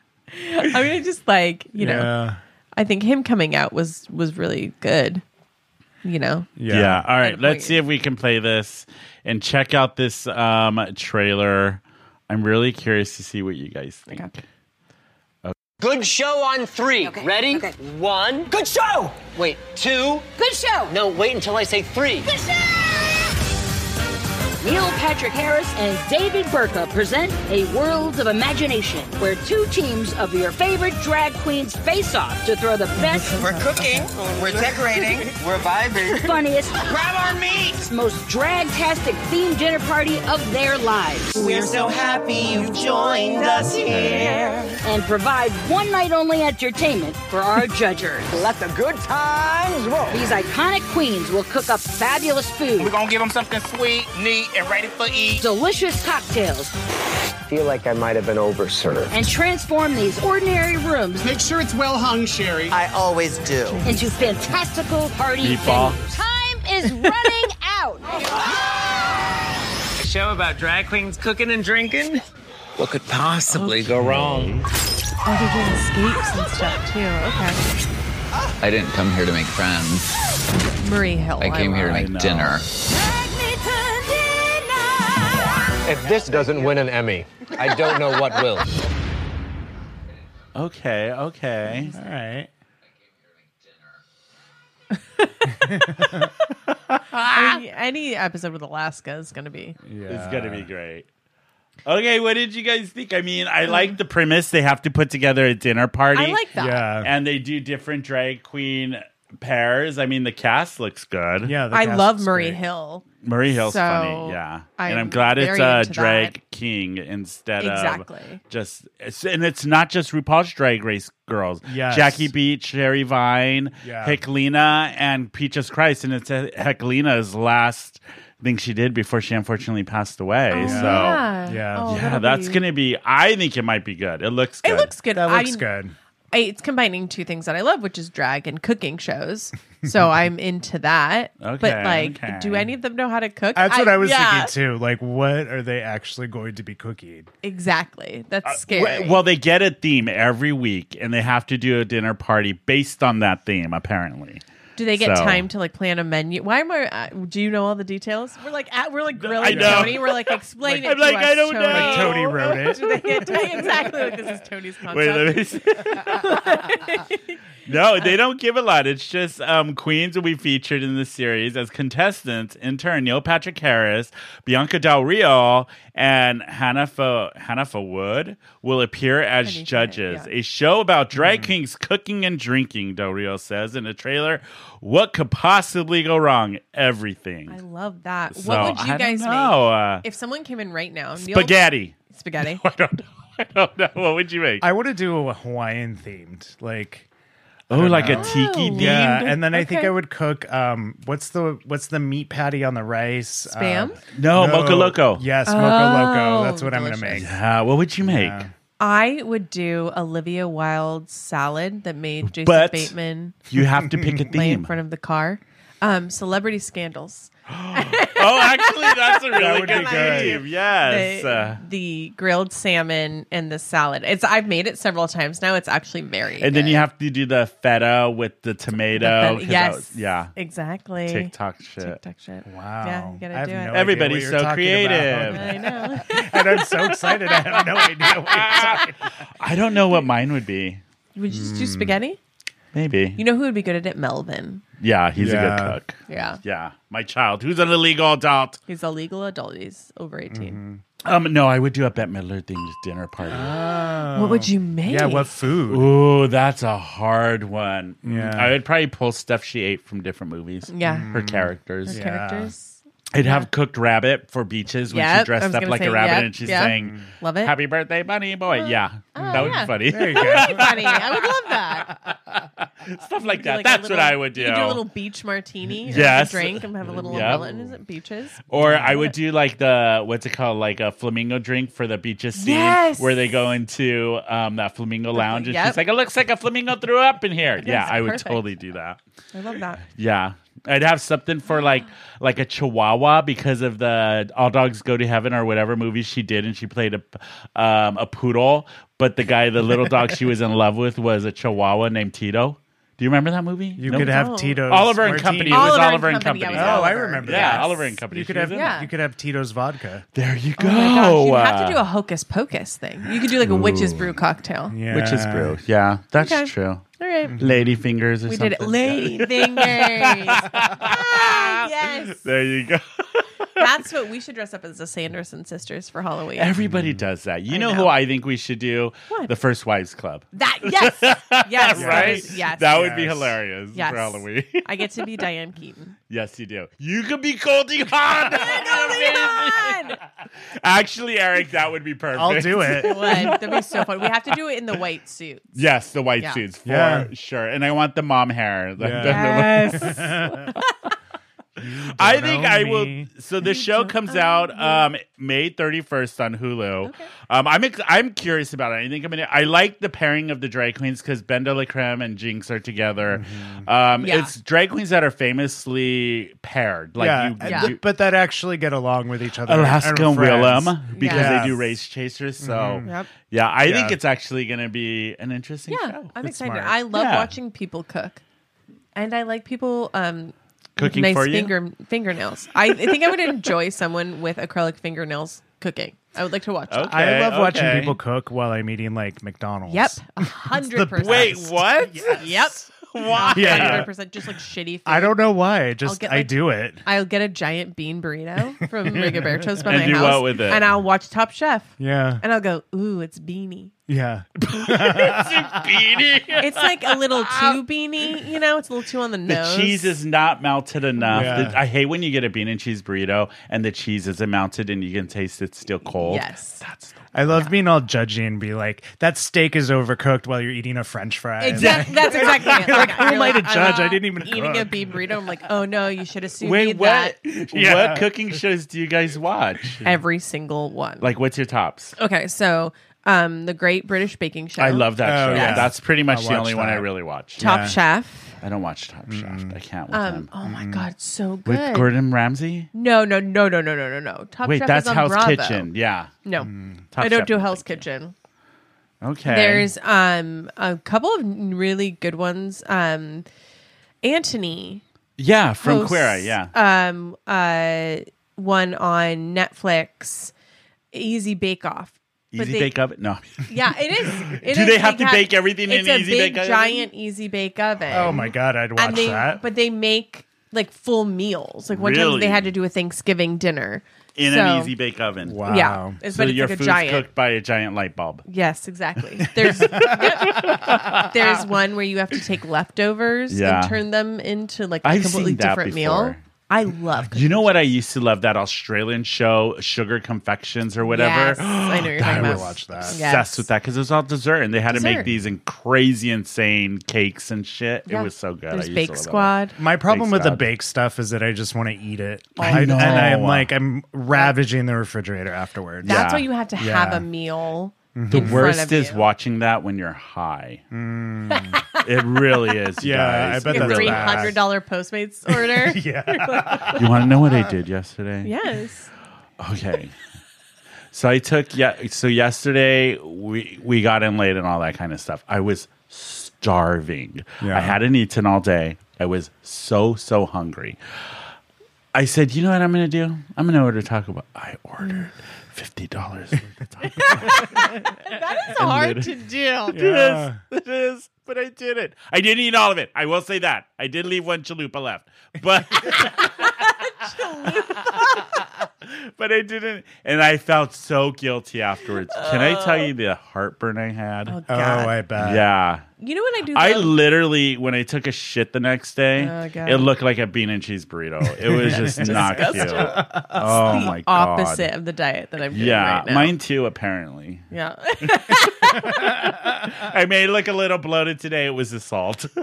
Speaker 3: mean, I just like you know,
Speaker 2: yeah.
Speaker 3: I think him coming out was was really good. You know,
Speaker 1: Yeah. All right,
Speaker 3: Gotta
Speaker 1: let's
Speaker 3: play
Speaker 1: see
Speaker 3: it.
Speaker 1: if we can play this and check out this um, trailer. I'm really curious to see what you guys think.
Speaker 5: Good show on three.
Speaker 6: Okay,
Speaker 5: Ready?
Speaker 6: okay.
Speaker 5: One. Good show. Wait, two.
Speaker 6: Good show.
Speaker 5: No, wait until I say three.
Speaker 6: Neil Patrick Harris and David Burka present A World of Imagination, where two teams of your favorite drag queens face off to throw the best,
Speaker 7: We're cooking, we're decorating, we're vibing.
Speaker 6: funniest,
Speaker 7: Grab our meat!
Speaker 6: most drag-tastic themed dinner party of their lives,
Speaker 7: We're so happy you've joined us here.
Speaker 6: and provide one night only entertainment for our judgers.
Speaker 7: Let the good times roll.
Speaker 6: These iconic queens will cook up fabulous
Speaker 8: We're
Speaker 6: food,
Speaker 8: gonna give them something sweet, neat, and ready for eat.
Speaker 6: delicious cocktails,
Speaker 9: I feel like I might have been overserved.
Speaker 6: and transform these ordinary rooms
Speaker 8: Make sure it's well hung, Sherry.
Speaker 7: I always do.
Speaker 6: into fantastical party
Speaker 1: Meatball.
Speaker 6: venues. Time is running out.
Speaker 5: A show about drag queens cooking and drinking.
Speaker 9: What could possibly go wrong?
Speaker 3: oh, they're doing escapes and stuff too. Okay,
Speaker 10: I didn't come here to make friends.
Speaker 3: Marie Hill.
Speaker 10: I came here to
Speaker 1: I
Speaker 10: make
Speaker 1: know.
Speaker 10: dinner.
Speaker 9: If this doesn't win an Emmy, I don't know what will.
Speaker 1: Okay, okay.
Speaker 2: All right.
Speaker 3: Any, any episode with Alaska is going to be.
Speaker 1: It's going to be great. Okay, what did you guys think? I mean, I like the premise. They have to put together a dinner party.
Speaker 3: I like that.
Speaker 2: Yeah.
Speaker 1: And they do different drag queen pairs. I mean, the cast looks good.
Speaker 2: yeah, the
Speaker 3: I
Speaker 2: cast
Speaker 3: love
Speaker 2: is
Speaker 3: Murray
Speaker 2: great.
Speaker 3: Hill.
Speaker 1: Murray Hill's
Speaker 3: So,
Speaker 1: funny, yeah, and I'm
Speaker 3: I'm
Speaker 1: glad it's
Speaker 3: very
Speaker 1: uh,
Speaker 3: into
Speaker 1: drag
Speaker 3: that.
Speaker 1: king instead
Speaker 3: Exactly.
Speaker 1: of just, it's- and it's not just RuPaul's Drag Race girls.
Speaker 2: Yes.
Speaker 1: Jackie Beach, Sherry Vine,
Speaker 2: Yeah.
Speaker 1: Heclina, and Peaches Christ, and it's uh, Heclina's last thing she did before she unfortunately passed away. so
Speaker 2: Yeah.
Speaker 3: Oh,
Speaker 1: yeah,
Speaker 3: that'll
Speaker 1: that's
Speaker 3: be-
Speaker 1: gonna be. I think it might be good. It looks good.
Speaker 3: It looks good.
Speaker 2: That looks
Speaker 3: I'm-
Speaker 2: good.
Speaker 3: I, it's combining two things that I love, which is drag and cooking shows. So I'm into that.
Speaker 1: Okay,
Speaker 3: but like,
Speaker 1: okay.
Speaker 3: do any of them know how to cook?
Speaker 2: That's what I was
Speaker 3: yeah,
Speaker 2: thinking too. Like, what are they actually going to be cooking?
Speaker 3: Exactly. That's scary.
Speaker 1: Uh, Well, well, they get a theme every week, and they have to do a dinner party based on that theme. Apparently,
Speaker 3: do they get
Speaker 1: so-
Speaker 3: time to like plan a menu? Why am I? Uh, do you know all the details? We're like, at, we're like grilling
Speaker 1: know.
Speaker 3: Tony. We're like, explain it.
Speaker 1: I'm
Speaker 3: to
Speaker 1: like,
Speaker 3: us,
Speaker 1: I don't
Speaker 3: Tony.
Speaker 1: know.
Speaker 2: Like Tony wrote it.
Speaker 3: Do they get time? exactly like this is Tony's concept?
Speaker 1: Wait, let me see. no, they don't give a lot. It's just um, queens will be featured in the series as contestants. In turn, Neil Patrick Harris, Bianca Del Rio, and Hanafa Hanafa Wood will appear as
Speaker 3: Hanifa,
Speaker 1: judges.
Speaker 3: yeah.
Speaker 1: A show about drag kings cooking and drinking. Del Rio says in a trailer, "What could possibly go wrong? Everything."
Speaker 3: I love that.
Speaker 1: So,
Speaker 3: what would
Speaker 1: I
Speaker 3: you
Speaker 1: don't
Speaker 3: guys
Speaker 1: know, uh,
Speaker 3: make if someone came in right now? Neil-
Speaker 1: Spaghetti.
Speaker 3: spaghetti.
Speaker 1: I don't know. I don't know. What would you make?
Speaker 2: I want to do a Hawaiian themed, like
Speaker 1: oh, like
Speaker 2: know.
Speaker 1: a tiki
Speaker 3: Oh.
Speaker 1: themed.
Speaker 2: yeah. And then I think
Speaker 3: Okay.
Speaker 2: I would cook. Um, what's the what's the meat patty on the rice?
Speaker 3: Spam?
Speaker 2: Um,
Speaker 1: No, Oh, Mocha Loco.
Speaker 2: Yes, Mocha Loco.
Speaker 3: Oh,
Speaker 2: That's what I'm gonna
Speaker 3: delicious.
Speaker 2: make.
Speaker 1: Yeah, what would you make?
Speaker 3: I would do Olivia Wilde's salad that made Jason
Speaker 1: But-
Speaker 3: Bateman
Speaker 1: You have to pick a
Speaker 3: lay in
Speaker 1: theme.
Speaker 3: front of the car. Um, celebrity scandals.
Speaker 1: oh, actually, that's a really
Speaker 2: would
Speaker 1: good
Speaker 2: be good.
Speaker 1: theme. Yes.
Speaker 3: The,
Speaker 1: Uh,
Speaker 3: the grilled salmon and the salad. It's I've made it several times now. It's actually very.
Speaker 1: and then
Speaker 3: good.
Speaker 1: you have to do the feta with the tomato. 'cause
Speaker 3: But
Speaker 1: that
Speaker 3: yes,
Speaker 1: was- yeah.
Speaker 3: exactly.
Speaker 1: TikTok shit.
Speaker 3: TikTok shit.
Speaker 2: Wow.
Speaker 3: Yeah, you gotta
Speaker 2: I have
Speaker 3: do
Speaker 2: no
Speaker 3: it.
Speaker 2: idea
Speaker 1: Everybody's
Speaker 2: what you're
Speaker 1: so
Speaker 2: talking
Speaker 1: creative.
Speaker 2: about.
Speaker 3: I know.
Speaker 2: and I'm so excited. I have no idea what you're talking about.
Speaker 1: I don't know what mine would be.
Speaker 3: would you just
Speaker 1: Hmm.
Speaker 3: do spaghetti?
Speaker 1: Maybe.
Speaker 3: You know who would be good at it? Melvin.
Speaker 1: yeah, he's a
Speaker 2: Yeah.
Speaker 1: good cook.
Speaker 3: Yeah.
Speaker 1: Yeah, my child, who's an illegal adult.
Speaker 3: He's a legal adult. He's over 18.
Speaker 1: Um, no, I would do a Bette Midler themed dinner party.
Speaker 3: What would
Speaker 1: Oh.
Speaker 3: you make?
Speaker 2: Yeah, what food?
Speaker 1: Ooh, that's a hard one.
Speaker 2: Yeah.
Speaker 1: I would probably pull stuff she ate from different movies.
Speaker 3: Yeah.
Speaker 1: Her characters.
Speaker 2: Yeah.
Speaker 3: characters?
Speaker 1: I'd have cooked rabbit for beaches when
Speaker 3: Yep,
Speaker 1: she
Speaker 3: I
Speaker 1: dressed
Speaker 3: was
Speaker 1: up
Speaker 3: gonna
Speaker 1: like
Speaker 3: say,
Speaker 1: a rabbit
Speaker 3: yep,
Speaker 1: and she's
Speaker 3: yep.
Speaker 1: saying,
Speaker 3: Love it.
Speaker 1: Happy birthday, bunny boy. yeah. that would
Speaker 3: yeah.
Speaker 1: be funny.
Speaker 2: There you go.
Speaker 3: Funny. I would love that.
Speaker 1: Stuff like
Speaker 3: Do
Speaker 1: that.
Speaker 3: like a
Speaker 1: That's
Speaker 3: little-
Speaker 1: what I would do.
Speaker 3: You could do a little beach martini. and
Speaker 1: Yes.
Speaker 3: drink and have a little
Speaker 1: Yep.
Speaker 3: umbrella. And is it beaches?
Speaker 1: Or I would do like the what's it called, like a flamingo drink for the beaches scene,
Speaker 3: Yes.
Speaker 1: where they go into um, that flamingo lounge, and
Speaker 3: yep.
Speaker 1: she's like, "It looks like a flamingo threw up in here." yeah, I would
Speaker 3: perfect.
Speaker 1: totally do that.
Speaker 3: I love that.
Speaker 1: Yeah, I'd have something for like like a Chihuahua because of the All Dogs Go to Heaven or whatever movie she did, and she played a um, a poodle, but the guy, the little dog she was in love with, was a Chihuahua named Tito. Do you remember that movie?
Speaker 2: You
Speaker 1: Nope.
Speaker 2: could have
Speaker 3: don't.
Speaker 2: Tito's
Speaker 1: Oliver and
Speaker 2: martini.
Speaker 1: Company. It
Speaker 3: Oliver
Speaker 1: was
Speaker 3: and
Speaker 1: Oliver and
Speaker 3: Company.
Speaker 1: Company.
Speaker 3: I was
Speaker 2: Oh, I
Speaker 3: Oliver.
Speaker 2: remember.
Speaker 1: Yeah,
Speaker 2: that.
Speaker 1: Oliver and Company.
Speaker 2: You could
Speaker 1: She was
Speaker 2: have
Speaker 1: in
Speaker 3: that.
Speaker 2: you could have Tito's vodka.
Speaker 1: There you go. Uh,
Speaker 3: Oh my gosh, you'd have to do a hocus pocus thing. You could do like a witch's brew cocktail.
Speaker 2: Yeah.
Speaker 1: Which is brew. Yeah, that's
Speaker 3: Okay.
Speaker 1: true.
Speaker 3: All right.
Speaker 1: Lady fingers or
Speaker 3: We
Speaker 1: something.
Speaker 3: did it. Lady fingers. ah, yes.
Speaker 1: There you go.
Speaker 3: That's what we should dress up as the Sanderson sisters for Halloween.
Speaker 2: Mm.
Speaker 1: Everybody does that. You know,
Speaker 3: know.
Speaker 1: who I think we should do?
Speaker 3: What?
Speaker 1: The First Wives Club.
Speaker 3: that yes. Yes. that
Speaker 1: right?
Speaker 3: is- yes.
Speaker 1: That would be
Speaker 2: Yes.
Speaker 1: hilarious
Speaker 3: Yes.
Speaker 1: for Halloween.
Speaker 3: I get to be Diane Keaton.
Speaker 1: yes, you do. You could be Goldie Hawn. That'd be amazing.
Speaker 3: Leon!
Speaker 1: Actually, Eric, that would be perfect.
Speaker 2: I'll do it.
Speaker 3: would. That'd be so fun. We have to do it in the white suits.
Speaker 1: Yes, the white
Speaker 3: Yeah.
Speaker 1: suits for
Speaker 2: Yeah.
Speaker 1: sure. And I want the mom hair. The-
Speaker 2: Yeah.
Speaker 1: the- I
Speaker 2: Don't
Speaker 1: think
Speaker 2: know
Speaker 1: I
Speaker 2: me.
Speaker 1: will. So the show comes
Speaker 3: Uh-huh.
Speaker 1: out um, May 31st on Hulu. Um, I'm ex- I'm curious about it. I think I'm gonna. I like the pairing of the drag queens because Ben de la Creme and Jinx are together.
Speaker 2: Mm-hmm.
Speaker 1: Um,
Speaker 3: Yeah.
Speaker 1: It's drag queens that are famously paired, like
Speaker 2: yeah,
Speaker 1: you,
Speaker 2: and
Speaker 3: Yeah.
Speaker 2: th- but that actually get along with each other.
Speaker 1: Alaska
Speaker 2: and
Speaker 1: and Willem, because
Speaker 2: Yes.
Speaker 1: they do race chasers. So
Speaker 3: Yep.
Speaker 1: yeah, I think
Speaker 2: Mm-hmm. Yeah.
Speaker 1: it's actually gonna be an interesting
Speaker 3: Yeah,
Speaker 1: show.
Speaker 3: I'm
Speaker 2: It's
Speaker 3: excited.
Speaker 2: smart.
Speaker 3: I love
Speaker 1: Yeah.
Speaker 3: watching people cook, and I like people um,
Speaker 1: Cooking
Speaker 3: nice
Speaker 1: for you?
Speaker 3: finger fingernails. I, I think I would enjoy someone with acrylic fingernails cooking. I would like to watch. that.
Speaker 1: Okay,
Speaker 2: I love watching
Speaker 1: okay.
Speaker 2: people cook while I'm eating like McDonald's.
Speaker 3: Yep, a hundred percent.
Speaker 1: Wait, what?
Speaker 3: Yep,
Speaker 1: Why?
Speaker 2: Yeah.
Speaker 3: hundred percent. Just like shitty. Food.
Speaker 2: I don't know why. I Just
Speaker 3: get,
Speaker 2: I
Speaker 3: like-
Speaker 2: do it.
Speaker 3: I'll get a giant bean burrito from Rigoberto's by
Speaker 1: And
Speaker 3: my
Speaker 1: do
Speaker 3: house,
Speaker 1: what with it?
Speaker 3: and I'll watch Top Chef,
Speaker 2: Yeah.
Speaker 3: and I'll go, "Ooh, it's beanie."
Speaker 2: Yeah.
Speaker 1: Beanie.
Speaker 3: It's like a little too beanie, you know. It's a little too on the
Speaker 1: The
Speaker 3: nose.
Speaker 1: cheese is not melted enough.
Speaker 2: Yeah.
Speaker 1: The- I hate when you get a bean and cheese burrito and the cheese isn't melted and you can taste it's still cold.
Speaker 3: yes.
Speaker 2: I love being all judgy and be like, that steak is overcooked while you're eating a french fry.
Speaker 3: Exactly. That's exactly it. Like,
Speaker 2: who am I to judge? I didn't even
Speaker 3: eating a
Speaker 2: cook.
Speaker 3: bean burrito. I'm like, oh no, you should assume
Speaker 1: Wait, what?
Speaker 3: that
Speaker 2: Yeah.
Speaker 1: What cooking shows do you guys watch?
Speaker 3: every single one.
Speaker 1: Like, what's your tops?
Speaker 3: okay, so um, the Great British Baking Show.
Speaker 1: I love that
Speaker 2: Oh,
Speaker 1: show.
Speaker 2: yeah.
Speaker 1: That's pretty much
Speaker 2: I
Speaker 1: the
Speaker 2: watch
Speaker 1: only one I
Speaker 2: that. Mm.
Speaker 1: really watch.
Speaker 3: Top
Speaker 2: Yeah.
Speaker 3: Chef.
Speaker 1: I don't watch Top Chef. I can't with
Speaker 3: Um,
Speaker 1: them.
Speaker 3: oh my god, it's so good.
Speaker 1: With Gordon Ramsay?
Speaker 3: no, no, no, no, no, no, no, no. Top
Speaker 1: Wait,
Speaker 3: Chef
Speaker 1: that's
Speaker 3: is on
Speaker 1: Hell's
Speaker 3: Bravo.
Speaker 1: Kitchen. Yeah.
Speaker 3: No,
Speaker 1: Top
Speaker 3: Mm-hmm. I don't
Speaker 1: Chef
Speaker 3: do
Speaker 1: is
Speaker 3: Hell's Kitchen.
Speaker 1: Okay.
Speaker 3: There's um a couple of really good ones. Um, Anthony
Speaker 1: yeah from
Speaker 3: hosts,
Speaker 1: Queer Eye. Yeah.
Speaker 3: Um, uh, one on Netflix, Easy Bake Off. But
Speaker 1: Easy
Speaker 3: they-
Speaker 1: Bake Oven. No.
Speaker 3: Yeah, it is. It
Speaker 1: Do
Speaker 3: is.
Speaker 1: they have to bake everything in
Speaker 3: it's
Speaker 1: an
Speaker 3: a
Speaker 1: Easy
Speaker 3: big,
Speaker 1: Bake Oven?
Speaker 3: Giant Easy Bake Oven.
Speaker 2: Oh my God, I'd watch
Speaker 3: and they,
Speaker 2: that.
Speaker 3: But they make like full meals. Like one time
Speaker 1: Really?
Speaker 3: they had to do a Thanksgiving dinner
Speaker 1: In
Speaker 3: So-
Speaker 1: an Easy Bake Oven.
Speaker 2: wow.
Speaker 3: Yeah, it's,
Speaker 1: So
Speaker 3: but it's
Speaker 1: your
Speaker 3: like a
Speaker 1: food's
Speaker 3: giant.
Speaker 1: cooked by a giant light bulb.
Speaker 3: Yes, exactly. There's yep. there's one where you have to take leftovers
Speaker 1: Yeah.
Speaker 3: and turn them into like a
Speaker 1: I've
Speaker 3: completely
Speaker 1: seen that
Speaker 3: different meal.
Speaker 1: before.
Speaker 3: I love.
Speaker 1: You know what I used to love that Australian show, Sugar Confections or whatever.
Speaker 3: Yes, I know what you're talking
Speaker 2: I
Speaker 3: about.
Speaker 2: would watch that.
Speaker 3: Yes.
Speaker 1: Obsessed with that because it was all dessert, and they had to
Speaker 3: Dessert.
Speaker 1: make these in crazy, insane cakes and shit.
Speaker 3: Yeah.
Speaker 1: It was so good. I used
Speaker 3: There's
Speaker 1: to
Speaker 3: Bake
Speaker 1: love that
Speaker 3: Squad.
Speaker 2: My problem
Speaker 1: Bake
Speaker 2: with the
Speaker 1: salad.
Speaker 2: baked stuff is that I just want to eat it.
Speaker 1: I
Speaker 2: and
Speaker 1: know.
Speaker 2: I'm like, I'm ravaging the refrigerator afterwards.
Speaker 1: Yeah.
Speaker 3: That's why you have to have
Speaker 2: Yeah.
Speaker 3: a meal.
Speaker 1: one. The worst
Speaker 3: of
Speaker 1: is
Speaker 3: you.
Speaker 1: watching that when you're high. it really is. you
Speaker 2: Mm. Yeah,
Speaker 1: guys.
Speaker 2: I bet
Speaker 1: It
Speaker 2: that's
Speaker 1: really
Speaker 3: Three
Speaker 1: is.
Speaker 2: bad.
Speaker 3: hundred dollar Postmates order.
Speaker 1: You want to know what I did yesterday?
Speaker 3: Yes.
Speaker 1: Okay. so I took yeah. So yesterday we we got in late and all that kind of stuff. I was starving.
Speaker 2: Yeah.
Speaker 1: I hadn't eaten all day. I was so so hungry. I said, you know what I'm going to do? I'm going to order Taco Bell. I ordered fifty dollars worth of Taco Bell.
Speaker 3: It's hard
Speaker 1: later.
Speaker 3: to do. Oh,
Speaker 2: Yeah.
Speaker 1: It is, but I did it. I didn't eat all of it. I will say that. I did leave one chalupa left, but but I didn't, and I felt so guilty afterwards. Can I tell you the heartburn I had? Oh,
Speaker 2: God. I bet.
Speaker 1: Yeah.
Speaker 3: You know what I do?
Speaker 1: I
Speaker 3: love?
Speaker 1: literally, when I took a shit the next day,
Speaker 3: Oh, God.
Speaker 1: it looked like a bean and cheese burrito. It was just not cute.
Speaker 3: Disgusting.
Speaker 1: Oh
Speaker 3: the
Speaker 1: my god!
Speaker 3: opposite of the diet that I'm doing
Speaker 1: Yeah,
Speaker 3: right now.
Speaker 1: mine too. Apparently,
Speaker 3: yeah.
Speaker 1: I made look a little bloated today. It was the salt.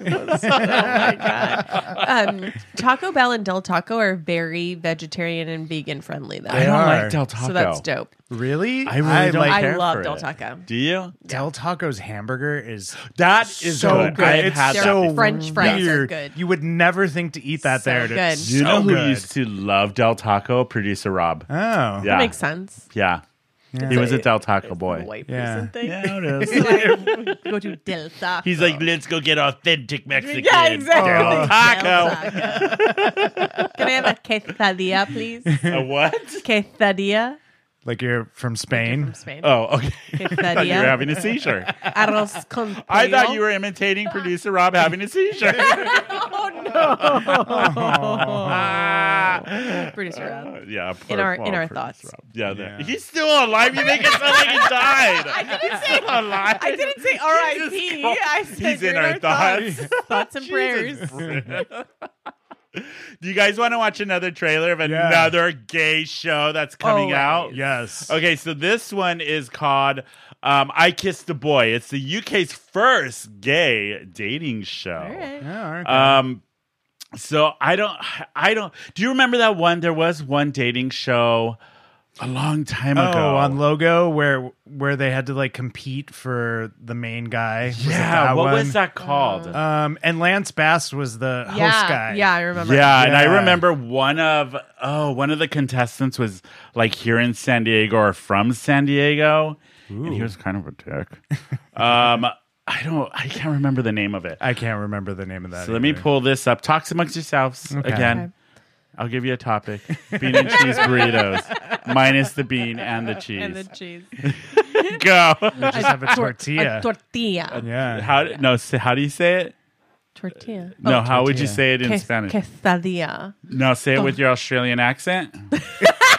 Speaker 3: um, Taco Bell and Del Taco are very vegetarian and vegan friendly though.
Speaker 1: I don't
Speaker 2: are.
Speaker 1: like Del Taco.
Speaker 3: So that's dope.
Speaker 2: Really?
Speaker 1: I really don't
Speaker 2: like
Speaker 3: I
Speaker 1: care
Speaker 3: love
Speaker 1: for
Speaker 3: Del
Speaker 1: it.
Speaker 3: Taco.
Speaker 1: Do you?
Speaker 2: Del Taco's hamburger is
Speaker 1: That is
Speaker 2: so good.
Speaker 1: good. I have
Speaker 2: It's
Speaker 1: had that
Speaker 2: so
Speaker 1: before.
Speaker 3: French fries are
Speaker 2: weird.
Speaker 3: good.
Speaker 2: You would never think to eat that
Speaker 3: So
Speaker 2: there. and
Speaker 3: good.
Speaker 2: It's
Speaker 1: Do you
Speaker 2: so
Speaker 1: know who
Speaker 2: good.
Speaker 1: used to love Del Taco? Producer Rob.
Speaker 2: Oh.
Speaker 1: yeah,
Speaker 3: That makes sense.
Speaker 1: yeah. He was a Del Taco boy.
Speaker 3: White
Speaker 2: Yeah.
Speaker 3: person thing.
Speaker 1: Yeah, it is.
Speaker 3: Go to Del Taco.
Speaker 1: He's like, let's go get authentic Mexican.
Speaker 3: yeah, exactly.
Speaker 1: Del Taco.
Speaker 3: Del Taco. Can I have a quesadilla, please?
Speaker 1: Oh, A what?
Speaker 3: Quesadilla
Speaker 2: Like you're from Spain.
Speaker 3: from Spain.
Speaker 1: Oh, okay. I thought you were
Speaker 3: quesadilla.
Speaker 1: having a seizure.
Speaker 3: Arroz con
Speaker 1: I thought
Speaker 3: pollo.
Speaker 1: you were imitating producer Rob having a seizure.
Speaker 3: producer. Rob.
Speaker 1: yeah, poor,
Speaker 3: our-
Speaker 1: poor
Speaker 3: in our
Speaker 1: producer
Speaker 3: thoughts.
Speaker 1: Rob. Yeah, the-
Speaker 2: Yeah.
Speaker 1: he's still alive. You make it sound like he died.
Speaker 3: I didn't say.
Speaker 1: alive.
Speaker 3: I didn't say
Speaker 1: Jesus
Speaker 3: R.I.P.
Speaker 1: Christ.
Speaker 3: I said
Speaker 1: He's in
Speaker 3: you're
Speaker 1: our thoughts.
Speaker 3: Thoughts and prayers.
Speaker 1: Do you guys want to watch another trailer of
Speaker 2: Yeah.
Speaker 1: another gay show that's coming
Speaker 3: Always.
Speaker 1: out?
Speaker 2: Yes.
Speaker 1: Okay, so this one is called um, I Kissed a Boy. It's the UK's first gay dating show.
Speaker 3: All right.
Speaker 2: Yeah, all right.
Speaker 1: Um, so I don't, I don't. Do you remember that one? There was one dating show a long time
Speaker 2: oh,
Speaker 1: ago
Speaker 2: on Logo where where they had to like compete for the main guy. Was it
Speaker 1: Yeah,
Speaker 2: that
Speaker 1: what
Speaker 2: one?
Speaker 1: was that called?
Speaker 2: Um, and Lance Bass was the host guy.
Speaker 3: Yeah, I remember.
Speaker 1: yeah, and I
Speaker 2: Yeah.
Speaker 1: remember one of oh, one of the contestants was like here in San Diego or from San Diego, and he was kind of a dick. um, I don't, I can't remember the name of it.
Speaker 2: I can't remember the name of that.
Speaker 1: So let me
Speaker 2: either.
Speaker 1: pull this up. Talks amongst yourselves again.
Speaker 3: Okay.
Speaker 1: I'll give you a topic: bean and cheese burritos, minus the bean and the cheese.
Speaker 3: And the cheese.
Speaker 1: Go.
Speaker 2: Just have a tortilla.
Speaker 3: A tortilla.
Speaker 2: yeah.
Speaker 1: How no? say- How do you say it?
Speaker 3: Tortilla.
Speaker 1: No. how would you
Speaker 2: Oh, tortilla.
Speaker 1: say it in
Speaker 3: Que-
Speaker 1: Spanish?
Speaker 3: Quesadilla.
Speaker 1: no. Say it with your Australian accent.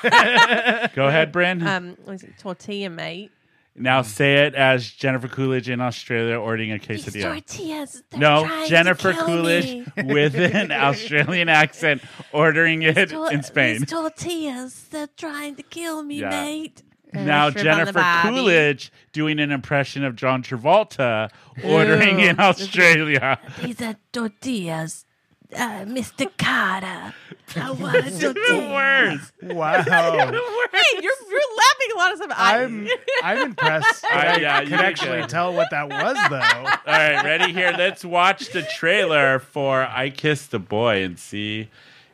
Speaker 1: Go ahead, Bryn.
Speaker 3: Um, what is it? Tortilla, mate.
Speaker 1: Now say it as Jennifer Coolidge in Australia ordering a quesadilla.
Speaker 3: tortillas. they're trying
Speaker 1: No,
Speaker 3: to
Speaker 1: Jennifer
Speaker 3: kill
Speaker 1: Coolidge
Speaker 3: me.
Speaker 1: with an Australian accent ordering it
Speaker 3: Tor-
Speaker 1: in Spain.
Speaker 3: these tortillas. They're trying to kill me,
Speaker 1: Yeah.
Speaker 3: mate.
Speaker 1: Now
Speaker 3: Shrimp on the
Speaker 1: Jennifer
Speaker 3: barbie.
Speaker 1: Coolidge doing an impression of John Travolta ordering in Australia.
Speaker 3: These are tortillas. Uh, Mr. Carter. I want a
Speaker 1: the worst.
Speaker 2: Wow.
Speaker 3: Hey, you're, you're laughing a lot of stuff. I-
Speaker 2: I'm I'm impressed. that
Speaker 1: I-
Speaker 2: I,
Speaker 1: yeah, you
Speaker 2: could
Speaker 1: did
Speaker 2: actually
Speaker 1: good.
Speaker 2: tell what that was though.
Speaker 1: All right, ready here. Let's watch the trailer for I Kissed a Boy and see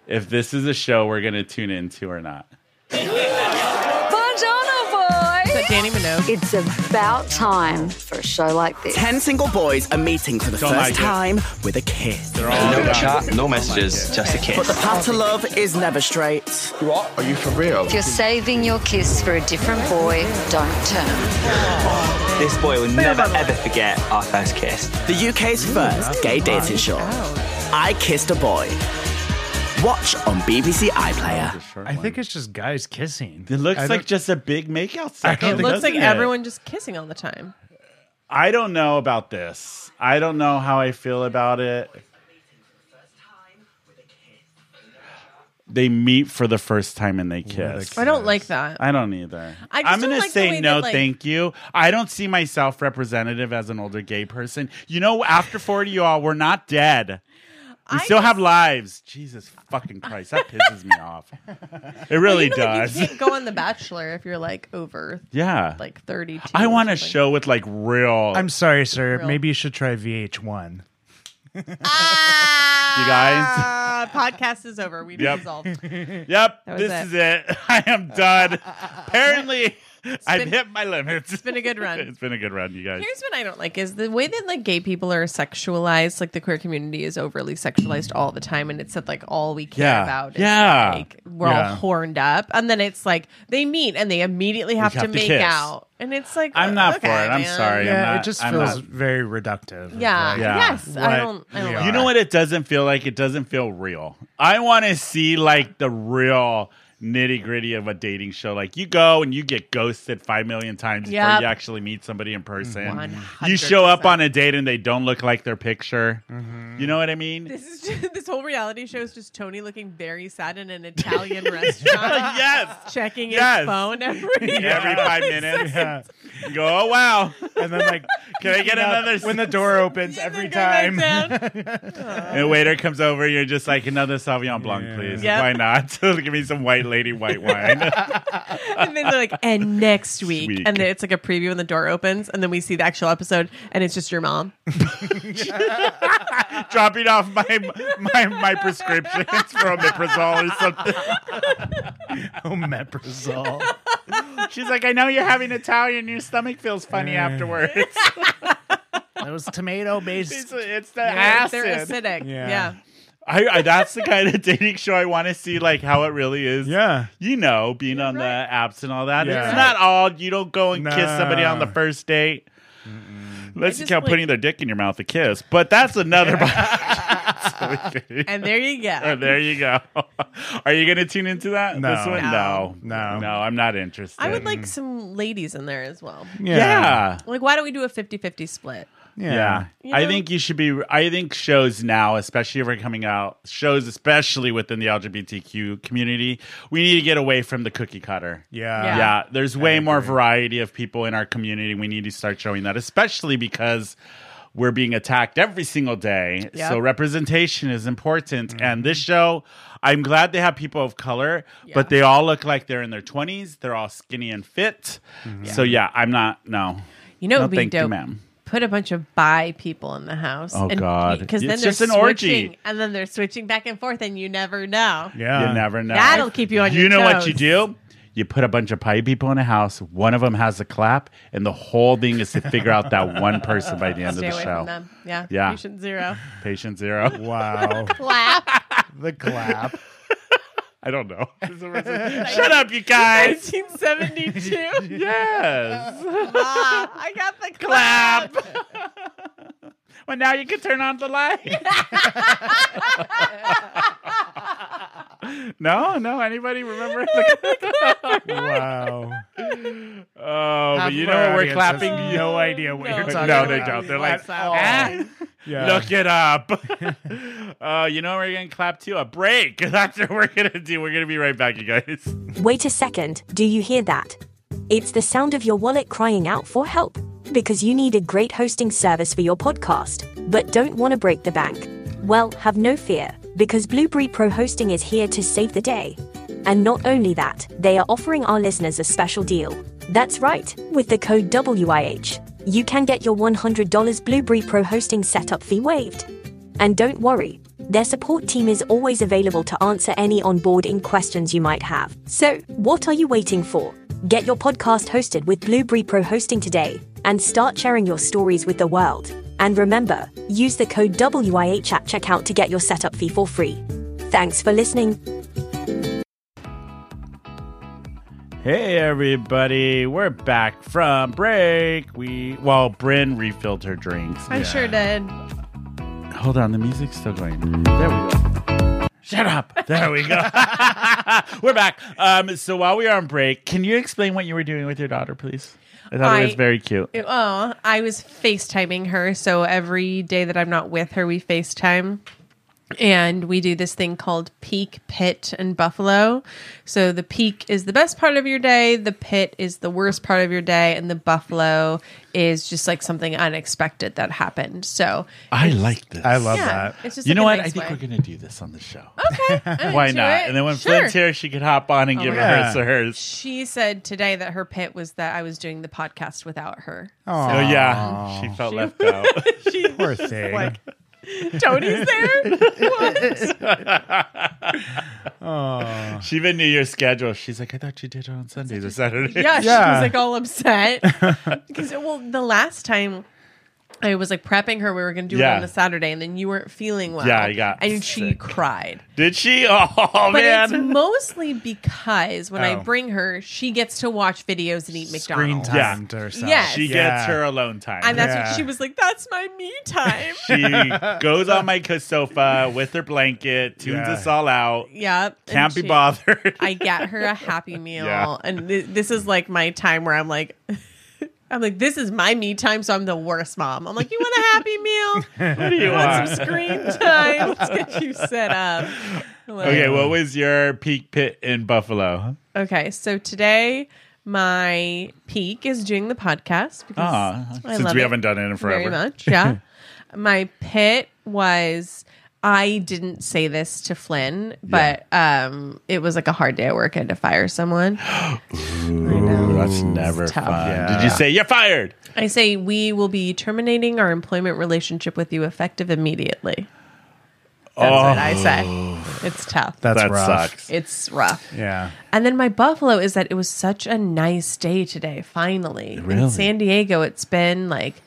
Speaker 1: if this is a show we're going to tune into or not.
Speaker 6: Bonjour, boy!
Speaker 3: But Danny Minogue.
Speaker 6: It's about time for a show like this.
Speaker 7: Ten single boys are meeting for the
Speaker 1: Don't
Speaker 7: first
Speaker 1: like it.
Speaker 7: time with a kiss.
Speaker 1: They're all
Speaker 10: No
Speaker 1: done.
Speaker 10: chat, no messages, just a
Speaker 7: But the
Speaker 10: kiss.
Speaker 7: path to love is never straight.
Speaker 10: What? Are you for real?
Speaker 11: You're saving your kiss for a different boy. Don't turn.
Speaker 5: This boy will never ever forget our first kiss.
Speaker 7: The UK's first gay dating show. I Kissed a Boy. Watch on BBC iPlayer.
Speaker 2: I think it's just guys kissing.
Speaker 1: It looks
Speaker 2: I
Speaker 1: like
Speaker 2: don't-
Speaker 1: just a big makeout
Speaker 2: don't
Speaker 1: section.
Speaker 3: It looks like
Speaker 1: doesn't it?
Speaker 3: everyone just kissing all the time.
Speaker 1: I don't know about this. I don't know how I feel about it. They meet for the first time and they kiss.
Speaker 3: I don't like that.
Speaker 1: I don't either.
Speaker 3: I just
Speaker 1: am
Speaker 3: don't
Speaker 1: gonna
Speaker 3: like the
Speaker 1: say
Speaker 3: way
Speaker 1: no,
Speaker 3: that, like-
Speaker 1: thank you. I don't see myself representative as an older gay person. You know, after forty, y'all, we're not dead. We
Speaker 3: I
Speaker 1: still have lives. Jesus fucking Christ, that pisses me off. It really
Speaker 3: You know, like,
Speaker 1: does.
Speaker 3: you can't go on The Bachelor if you're like over
Speaker 1: yeah,
Speaker 3: like 32.
Speaker 1: I
Speaker 3: or
Speaker 1: want a
Speaker 3: something.
Speaker 1: show with like real.
Speaker 2: I'm sorry, sir.
Speaker 3: Real.
Speaker 2: Maybe you should try VH1.
Speaker 1: you guys.
Speaker 3: Uh, podcast is over. We've
Speaker 1: Yep.
Speaker 3: resolved.
Speaker 1: Yep,
Speaker 3: That was
Speaker 1: this
Speaker 3: it.
Speaker 1: is it. I am done. Apparently, I've hit my limits. It's
Speaker 3: been a good run.
Speaker 1: it's been a good run, you guys.
Speaker 3: Here's what I don't like is the way that like gay people are sexualized, like the queer community is overly sexualized all the time and it's that like all we care
Speaker 1: Yeah.
Speaker 3: about is
Speaker 1: Yeah.
Speaker 3: like we're
Speaker 1: Yeah.
Speaker 3: all horned up and then it's like they meet and they immediately have, to,
Speaker 1: have to
Speaker 3: make
Speaker 1: kiss.
Speaker 3: out. And it's like
Speaker 1: I'm not
Speaker 3: okay,
Speaker 1: for it. I'm
Speaker 3: man.
Speaker 1: sorry.
Speaker 2: Yeah,
Speaker 1: I'm not,
Speaker 2: it just
Speaker 1: I'm
Speaker 2: feels
Speaker 1: not-
Speaker 2: very reductive.
Speaker 3: Yeah.
Speaker 2: Like,
Speaker 3: Yes. I
Speaker 2: what
Speaker 3: don't I don't
Speaker 2: we
Speaker 3: like
Speaker 1: You know what it doesn't feel like? It doesn't feel real. I want to see like the real nitty gritty of a dating show. Like you go and you get ghosted five million times
Speaker 3: Yep.
Speaker 1: before you actually meet somebody in person.
Speaker 3: 100%.
Speaker 1: You show up on a date and they don't look like their picture.
Speaker 2: Mm-hmm.
Speaker 1: You know what I mean?
Speaker 3: This is just, this whole reality show is just Tony looking very sad in an Italian restaurant.
Speaker 1: yes,
Speaker 3: checking
Speaker 1: Yes.
Speaker 3: his phone every
Speaker 1: Every five minutes.
Speaker 2: Yeah.
Speaker 1: You go, oh wow.
Speaker 2: And then like,
Speaker 1: Can I get
Speaker 2: you know,
Speaker 1: another
Speaker 2: when the door opens every
Speaker 3: Go back
Speaker 2: time?
Speaker 3: down.
Speaker 1: And the waiter comes over, you're just like another Sauvignon Blanc, please.
Speaker 3: Yep.
Speaker 1: Why not? Give me some white lady white wine.
Speaker 3: and then they're like, and next week,
Speaker 1: Week.
Speaker 3: and then it's like a preview when the door opens, and then we see the actual episode, and it's just your mom.
Speaker 1: dropping off my my my prescriptions for omeprazole or something.
Speaker 2: Omeprazole.
Speaker 1: She's like, I know you're having Italian. Your stomach feels funny afterwards.
Speaker 2: It was tomato based.
Speaker 1: It's, it's the
Speaker 3: They're
Speaker 1: acid.
Speaker 3: acidic.
Speaker 2: Yeah.
Speaker 3: Yeah.
Speaker 1: I, I, that's the kind of dating show I want to see, like how it really is.
Speaker 2: Yeah.
Speaker 1: You know, being on
Speaker 3: right.
Speaker 1: the apps and all that.
Speaker 2: Yeah.
Speaker 1: It's not all. You don't go and kiss
Speaker 2: No.
Speaker 1: somebody on the first date. Unless
Speaker 3: I
Speaker 1: you
Speaker 3: just
Speaker 1: count
Speaker 3: like-
Speaker 1: putting their dick in your mouth to kiss, but that's another.
Speaker 3: And there you
Speaker 1: Oh,
Speaker 3: go.
Speaker 1: there you go. Are you going to tune into that?
Speaker 2: No.
Speaker 1: This one?
Speaker 3: No.
Speaker 1: No.
Speaker 2: No.
Speaker 1: No, I'm not interested.
Speaker 3: I would like some ladies in there as well.
Speaker 1: Mm. Yeah.
Speaker 3: Like, why don't we do a 50 50 split?
Speaker 1: Yeah.
Speaker 3: You
Speaker 1: I
Speaker 3: know-
Speaker 1: think you should be. I think shows now, especially if we're coming out, shows, especially within the LGBTQ community, we need to get away from the cookie cutter.
Speaker 2: Yeah.
Speaker 1: Yeah.
Speaker 3: Yeah.
Speaker 1: there's way more variety of people in our community. We need to start showing that, especially because we're being attacked every single day.
Speaker 3: Yep. Mm-hmm.
Speaker 1: So representation is important. And this show, I'm glad they have people of color, but they all look like they're in their 20s. They're all skinny and fit.
Speaker 3: Mm-hmm.
Speaker 1: So yeah, I'm not. No,
Speaker 3: You know,
Speaker 1: No,
Speaker 3: what would be
Speaker 1: thank you,
Speaker 3: dope.
Speaker 1: ma'am.
Speaker 3: Put a bunch of bi people in the house.
Speaker 1: Oh, God.
Speaker 3: Because then
Speaker 1: It's
Speaker 3: they're
Speaker 1: just an
Speaker 3: switching,
Speaker 1: orgy.
Speaker 3: and then they're switching back and forth, and you never know.
Speaker 2: Yeah.
Speaker 1: you never know.
Speaker 3: Uh, That'll keep you on
Speaker 1: You
Speaker 3: your
Speaker 1: know what
Speaker 3: toes.
Speaker 1: you do? You put a bunch of pie people in a house. One of them has a clap, and the whole thing is to figure out that one person by the end
Speaker 3: Stay
Speaker 1: of the
Speaker 3: away
Speaker 1: show.
Speaker 3: from them. Yeah.
Speaker 1: Yeah.
Speaker 3: Patient zero.
Speaker 1: Patient zero.
Speaker 2: Wow.
Speaker 3: Clap.
Speaker 2: the clap.
Speaker 1: I don't know. Shut up, you guys.
Speaker 3: 1972.
Speaker 1: Yes.
Speaker 3: Ah, I got the
Speaker 1: Clap. well, now you can turn on the light. no, no. Anybody remember?
Speaker 2: Wow.
Speaker 1: oh,
Speaker 2: Half
Speaker 1: but you know
Speaker 2: of our
Speaker 1: what? We're
Speaker 2: audience
Speaker 1: clapping.
Speaker 2: has no idea what
Speaker 3: No.
Speaker 2: you're
Speaker 3: No,
Speaker 2: talking
Speaker 1: no,
Speaker 2: about.
Speaker 1: they don't. They're like,
Speaker 3: Wow.
Speaker 1: ah,
Speaker 2: Yeah.
Speaker 1: look it up. uh, you know what we're gonna clap to a break. That's what we're gonna do. We're gonna be right back, you guys.
Speaker 12: Wait a second, do you hear that? It's the sound of your wallet crying out for help because you need a great hosting service for your podcast, but don't want to break the bank. Well, have no fear because Blueberry Pro Hosting is here to save the day. And not only that, they are offering our listeners a special deal. That's right, with the code WIH, you can get your $100 Blueberry Pro Hosting setup fee waived. And don't worry, their support team is always available to answer any onboarding questions you might have. So, what are you waiting for? Get your podcast hosted with Blueberry Pro Hosting today and start sharing your stories with the world. And remember, use the code WIH at checkout to get your setup fee for free. Thanks for listening.
Speaker 1: Hey everybody, we're back from break. We well, Bryn refilled her drinks.
Speaker 3: I sure did.
Speaker 1: Hold on, the music's still going. There we go. Shut up. There we go. we're back. Um, so while we are on break, can you explain what you were doing with your daughter, please? I thought it was
Speaker 3: I-
Speaker 1: very cute.
Speaker 3: It- oh, I was FaceTiming her. So every day that I'm not with her, we FaceTime. And we do this thing called peak, pit, and buffalo. So the peak is the best part of your day, the pit is the worst part of your day, and the buffalo is just like something unexpected that happened. So
Speaker 1: I like this.
Speaker 2: I love that.
Speaker 3: it's just
Speaker 1: you
Speaker 3: like
Speaker 1: know
Speaker 3: a
Speaker 1: what?
Speaker 3: nice
Speaker 1: I think
Speaker 3: way.
Speaker 1: we're gonna do this on the show.
Speaker 3: I'm
Speaker 1: Why
Speaker 3: into
Speaker 1: not?
Speaker 3: it.
Speaker 1: And then when
Speaker 3: Sure. Oh,
Speaker 1: Flint's here, she could hop on and give
Speaker 3: my
Speaker 1: a rehearse
Speaker 2: God.
Speaker 1: of hers.
Speaker 3: She said today that her pit was that I was doing the podcast without her.
Speaker 1: Oh yeah, she felt left out.
Speaker 2: Poor thing.
Speaker 3: Like, Tony's there.
Speaker 1: Oh. She even knew your schedule. She's like, I thought you did it on Sundays or Saturdays.
Speaker 3: Yeah, she was like all upset because well, the last time I was like prepping her, we were going to do
Speaker 1: Yeah.
Speaker 3: it on a Saturday, and then you weren't feeling well.
Speaker 1: Yeah, I got
Speaker 3: and she cried.
Speaker 1: Did she? Oh
Speaker 3: but
Speaker 1: man.
Speaker 3: it's mostly because when I
Speaker 1: Oh.
Speaker 3: bring her, she gets to watch videos and eat
Speaker 2: Green
Speaker 3: McDonald's.
Speaker 2: time
Speaker 1: Yeah.
Speaker 2: to herself.
Speaker 3: Yes.
Speaker 1: She
Speaker 2: Yeah.
Speaker 1: gets her alone time.
Speaker 3: And that's what she was like. That's my me time.
Speaker 1: she goes on my sofa with her blanket, tunes
Speaker 2: Yeah.
Speaker 1: us all out.
Speaker 3: Yeah,
Speaker 1: Can't be bothered.
Speaker 3: I get her a happy meal,
Speaker 1: Yeah.
Speaker 3: and th- this is like my time where I'm like, I'm like, this is my me time, so I'm the worst mom. I'm like, you want a happy meal?
Speaker 1: What do you
Speaker 3: want?
Speaker 1: want?
Speaker 3: Some screen time? Let's get you set up. Like-
Speaker 1: Okay, what was your peak pit in Buffalo?
Speaker 3: Okay, so today my peak is doing the podcast because
Speaker 1: Ah,
Speaker 3: I
Speaker 1: since
Speaker 3: love
Speaker 1: we
Speaker 3: it
Speaker 1: haven't done it in
Speaker 3: Very
Speaker 1: forever.
Speaker 3: much, yeah. my pit was I didn't say this to Flynn, but um, it was like a hard day at work. I had to fire someone.
Speaker 1: Ooh, that's never fun. Did you say you're fired?
Speaker 3: I say we will be terminating our employment relationship with you effective immediately. That's what
Speaker 1: Oh.
Speaker 3: I said. It's tough.
Speaker 2: That's That rough. sucks.
Speaker 3: It's rough.
Speaker 2: Yeah.
Speaker 3: And then my buffalo is that it was such a nice day today, finally.
Speaker 1: Really?
Speaker 3: In San Diego, it's been like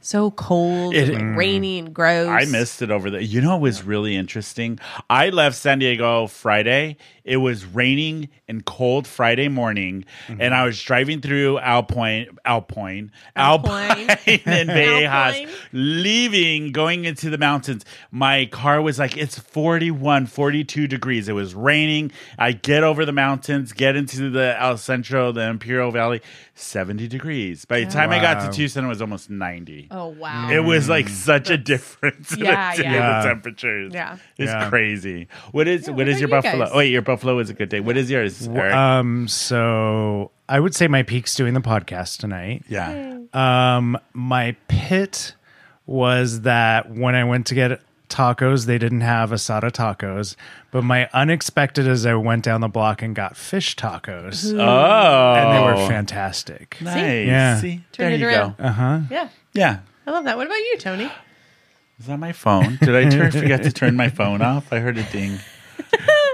Speaker 3: so cold,
Speaker 1: It- Mm.
Speaker 3: and rainy, and gross.
Speaker 1: I missed it over there. You know, it was really interesting. I left San Diego Friday. It was raining and cold Friday morning, and I was driving through Alpine, Alpine, Alpine, and Vallejas, leaving, going into the mountains. My car was like, it's 41, 42 degrees. It was raining. I get over the mountains, get into the El Centro, the Imperial Valley, 70 degrees. By the time I got
Speaker 2: Wow.
Speaker 1: to Tucson, it was almost 90.
Speaker 3: Oh, wow.
Speaker 1: It was like such a difference
Speaker 3: Yeah,
Speaker 1: in the, in
Speaker 3: yeah.
Speaker 1: the temperatures.
Speaker 3: Yeah.
Speaker 1: It's
Speaker 2: Yeah.
Speaker 1: crazy. What is what is your
Speaker 3: about you
Speaker 1: buffalo?
Speaker 3: guys?
Speaker 1: Wait, your buffalo is a good day. What is yours? Eric?
Speaker 2: Um, so I would say my peak's doing the podcast tonight.
Speaker 1: Yeah.
Speaker 2: Um, my pit was that when I went to get tacos, they didn't have asada tacos. But my unexpected is I went down the block and got fish tacos.
Speaker 1: Ooh. Oh.
Speaker 2: and they were fantastic.
Speaker 1: Nice. See?
Speaker 2: Yeah.
Speaker 1: See?
Speaker 3: Turn it around.
Speaker 2: Uh huh.
Speaker 1: Mm.
Speaker 3: Yeah.
Speaker 1: Yeah.
Speaker 3: I love that. What about you, Tony?
Speaker 1: Is that my phone? Did I turn, forget to turn my phone off? I heard a ding.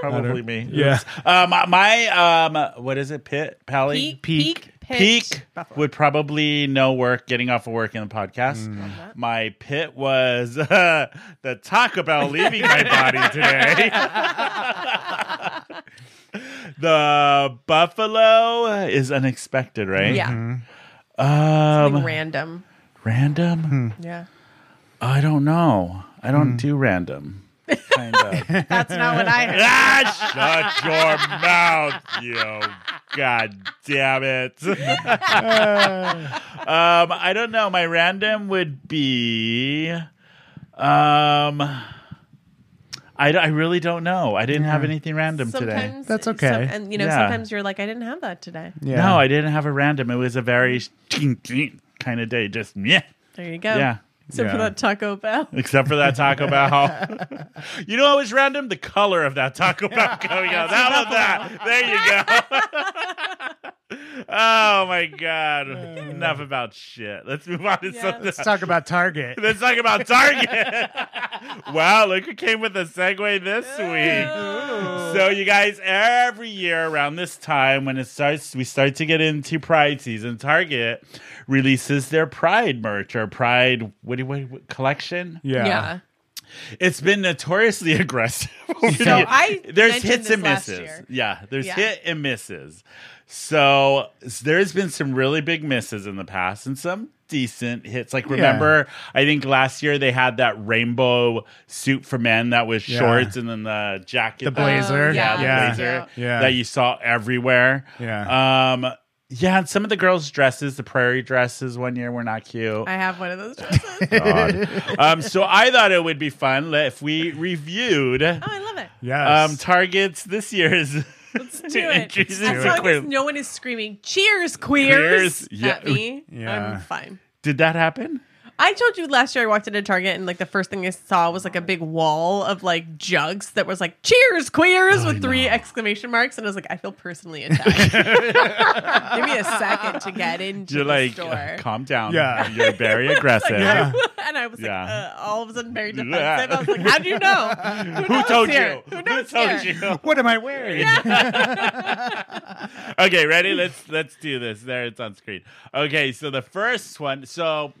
Speaker 1: Probably me.
Speaker 2: Yeah.
Speaker 1: Oops. Um, my um, what is it? Pit Pally
Speaker 3: Peak, peak,
Speaker 1: peak,
Speaker 3: pitch,
Speaker 1: would probably no work getting off of work in the podcast.
Speaker 3: Mm.
Speaker 1: My pit was uh, the Taco Bell leaving my body today. the buffalo is unexpected, right?
Speaker 3: Yeah.
Speaker 1: Um,
Speaker 3: Something random.
Speaker 1: random.
Speaker 3: Yeah.
Speaker 1: I don't know. I don't do random. Kind of.
Speaker 3: That's not what I heard.
Speaker 1: ah, shut your mouth, you. God damn it. um, I don't know. My random would be. Um, I, I really don't know. I didn't have anything random today.
Speaker 3: Sometimes some- and you know,
Speaker 1: Yeah.
Speaker 3: sometimes you're like, I didn't have that today.
Speaker 1: No, I didn't have a random. It was a very kind of day. Just yeah.
Speaker 3: There you go.
Speaker 1: Yeah.
Speaker 3: Except for
Speaker 1: Yeah.
Speaker 3: that Taco Bell.
Speaker 1: Except for that Taco Bell. you know what was random? The color of that Taco Bell coming out. How about that? There you go. oh my God. Enough about shit. Let's move on to something.
Speaker 2: Let's talk about Target.
Speaker 1: Let's talk about Target. wow, look who came with a segue this week. So you guys, every year around this time when it starts, we start to get into Pride season. Target releases their Pride merch or Pride what do you- what, what collection?
Speaker 2: Yeah.
Speaker 1: It's been notoriously aggressive. over the
Speaker 3: So
Speaker 1: years.
Speaker 3: I
Speaker 1: there's
Speaker 3: mentioned
Speaker 1: hits
Speaker 3: this
Speaker 1: and
Speaker 3: last
Speaker 1: misses.
Speaker 3: year.
Speaker 1: Yeah, there's
Speaker 3: Yeah.
Speaker 1: hit and misses. So s- there's been some really big misses in the past and some decent hits. Like remember, I think last year they had that rainbow suit for men that was
Speaker 2: Yeah.
Speaker 1: shorts and then the jacket,
Speaker 2: The
Speaker 1: that-
Speaker 2: blazer. Oh,
Speaker 1: yeah, the
Speaker 2: yeah.
Speaker 1: blazer
Speaker 2: Yeah.
Speaker 1: that you saw everywhere.
Speaker 2: Yeah.
Speaker 1: um, yeah, and some of the girls' dresses, the prairie dresses, one year were not cute.
Speaker 3: I have one of those dresses.
Speaker 1: um, so I thought it would be fun if we reviewed
Speaker 3: Oh, I love it.
Speaker 1: um, targets this year's
Speaker 3: Let's do it.
Speaker 1: entries
Speaker 3: As
Speaker 1: into
Speaker 3: long
Speaker 1: queer-
Speaker 3: as no one is screaming, cheers, queers,
Speaker 1: Queers, yeah.
Speaker 3: at me,
Speaker 2: Yeah.
Speaker 3: I'm fine.
Speaker 1: Did that happen?
Speaker 3: I told you last year I walked into Target and like the first thing I saw was like a big wall of like jugs that was like "Cheers,
Speaker 1: Oh,
Speaker 3: queers" with three exclamation marks, and I was like, I feel personally attacked. Give me a second to get into
Speaker 1: You're
Speaker 3: the
Speaker 1: like,
Speaker 3: store.
Speaker 1: uh, calm down.
Speaker 2: Yeah.
Speaker 1: You're very aggressive.
Speaker 2: Yeah.
Speaker 3: and I was
Speaker 1: Yeah.
Speaker 3: like, uh, all of a sudden very defensive.
Speaker 1: Yeah.
Speaker 3: I was like, how do you know? Who, knows
Speaker 1: told
Speaker 3: here?
Speaker 1: you?
Speaker 3: Who knows
Speaker 1: told
Speaker 3: here?
Speaker 1: you?
Speaker 2: What am I wearing?
Speaker 1: okay, ready? Let's let's do this. There, it's on screen. Okay, so the first one. So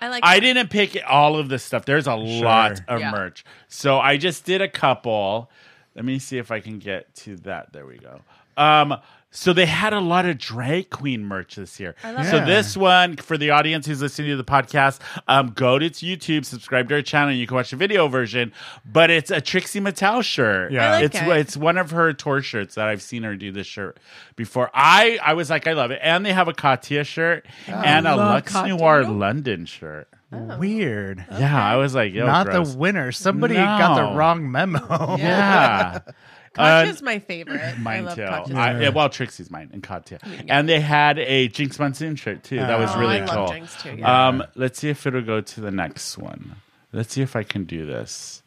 Speaker 3: I like
Speaker 1: I
Speaker 3: that.
Speaker 1: didn't pick all of the stuff. There's a lot of
Speaker 3: Yeah.
Speaker 1: merch. So I just did a couple. Let me see if I can get to that. There we go. Um, so they had a lot of drag queen merch this year.
Speaker 13: I love
Speaker 1: so
Speaker 13: that.
Speaker 1: this one for the audience who's listening to the podcast, um, go to its YouTube, subscribe to our channel, and you can watch the video version. But it's a Trixie Mattel shirt.
Speaker 2: Yeah. I like
Speaker 1: it's
Speaker 2: it.
Speaker 1: it's one of her tour shirts that I've seen her do this shirt before. I I was like, I love it. And they have a Katia shirt
Speaker 2: Yeah.
Speaker 1: and
Speaker 2: I
Speaker 1: a
Speaker 2: love
Speaker 1: Lux
Speaker 2: Katia.
Speaker 1: Noir London shirt.
Speaker 3: Oh.
Speaker 2: Weird.
Speaker 1: Yeah, I was like, yo,
Speaker 2: Not
Speaker 1: gross.
Speaker 2: the winner. Somebody got
Speaker 1: No.
Speaker 2: the wrong memo.
Speaker 1: Yeah.
Speaker 3: Katya's
Speaker 1: Uh,
Speaker 3: my favorite.
Speaker 1: Mine
Speaker 3: I love
Speaker 1: too.
Speaker 3: Katya's
Speaker 1: I-
Speaker 3: shirt.
Speaker 1: yeah, well, Trixie's mine and Katya. And they had a Jinx Monsoon shirt too. That was
Speaker 3: Oh,
Speaker 1: really
Speaker 3: I
Speaker 1: cool.
Speaker 3: love Jinx too, yeah.
Speaker 1: Um, let's see if it'll go to the next one. Let's see if I can do this.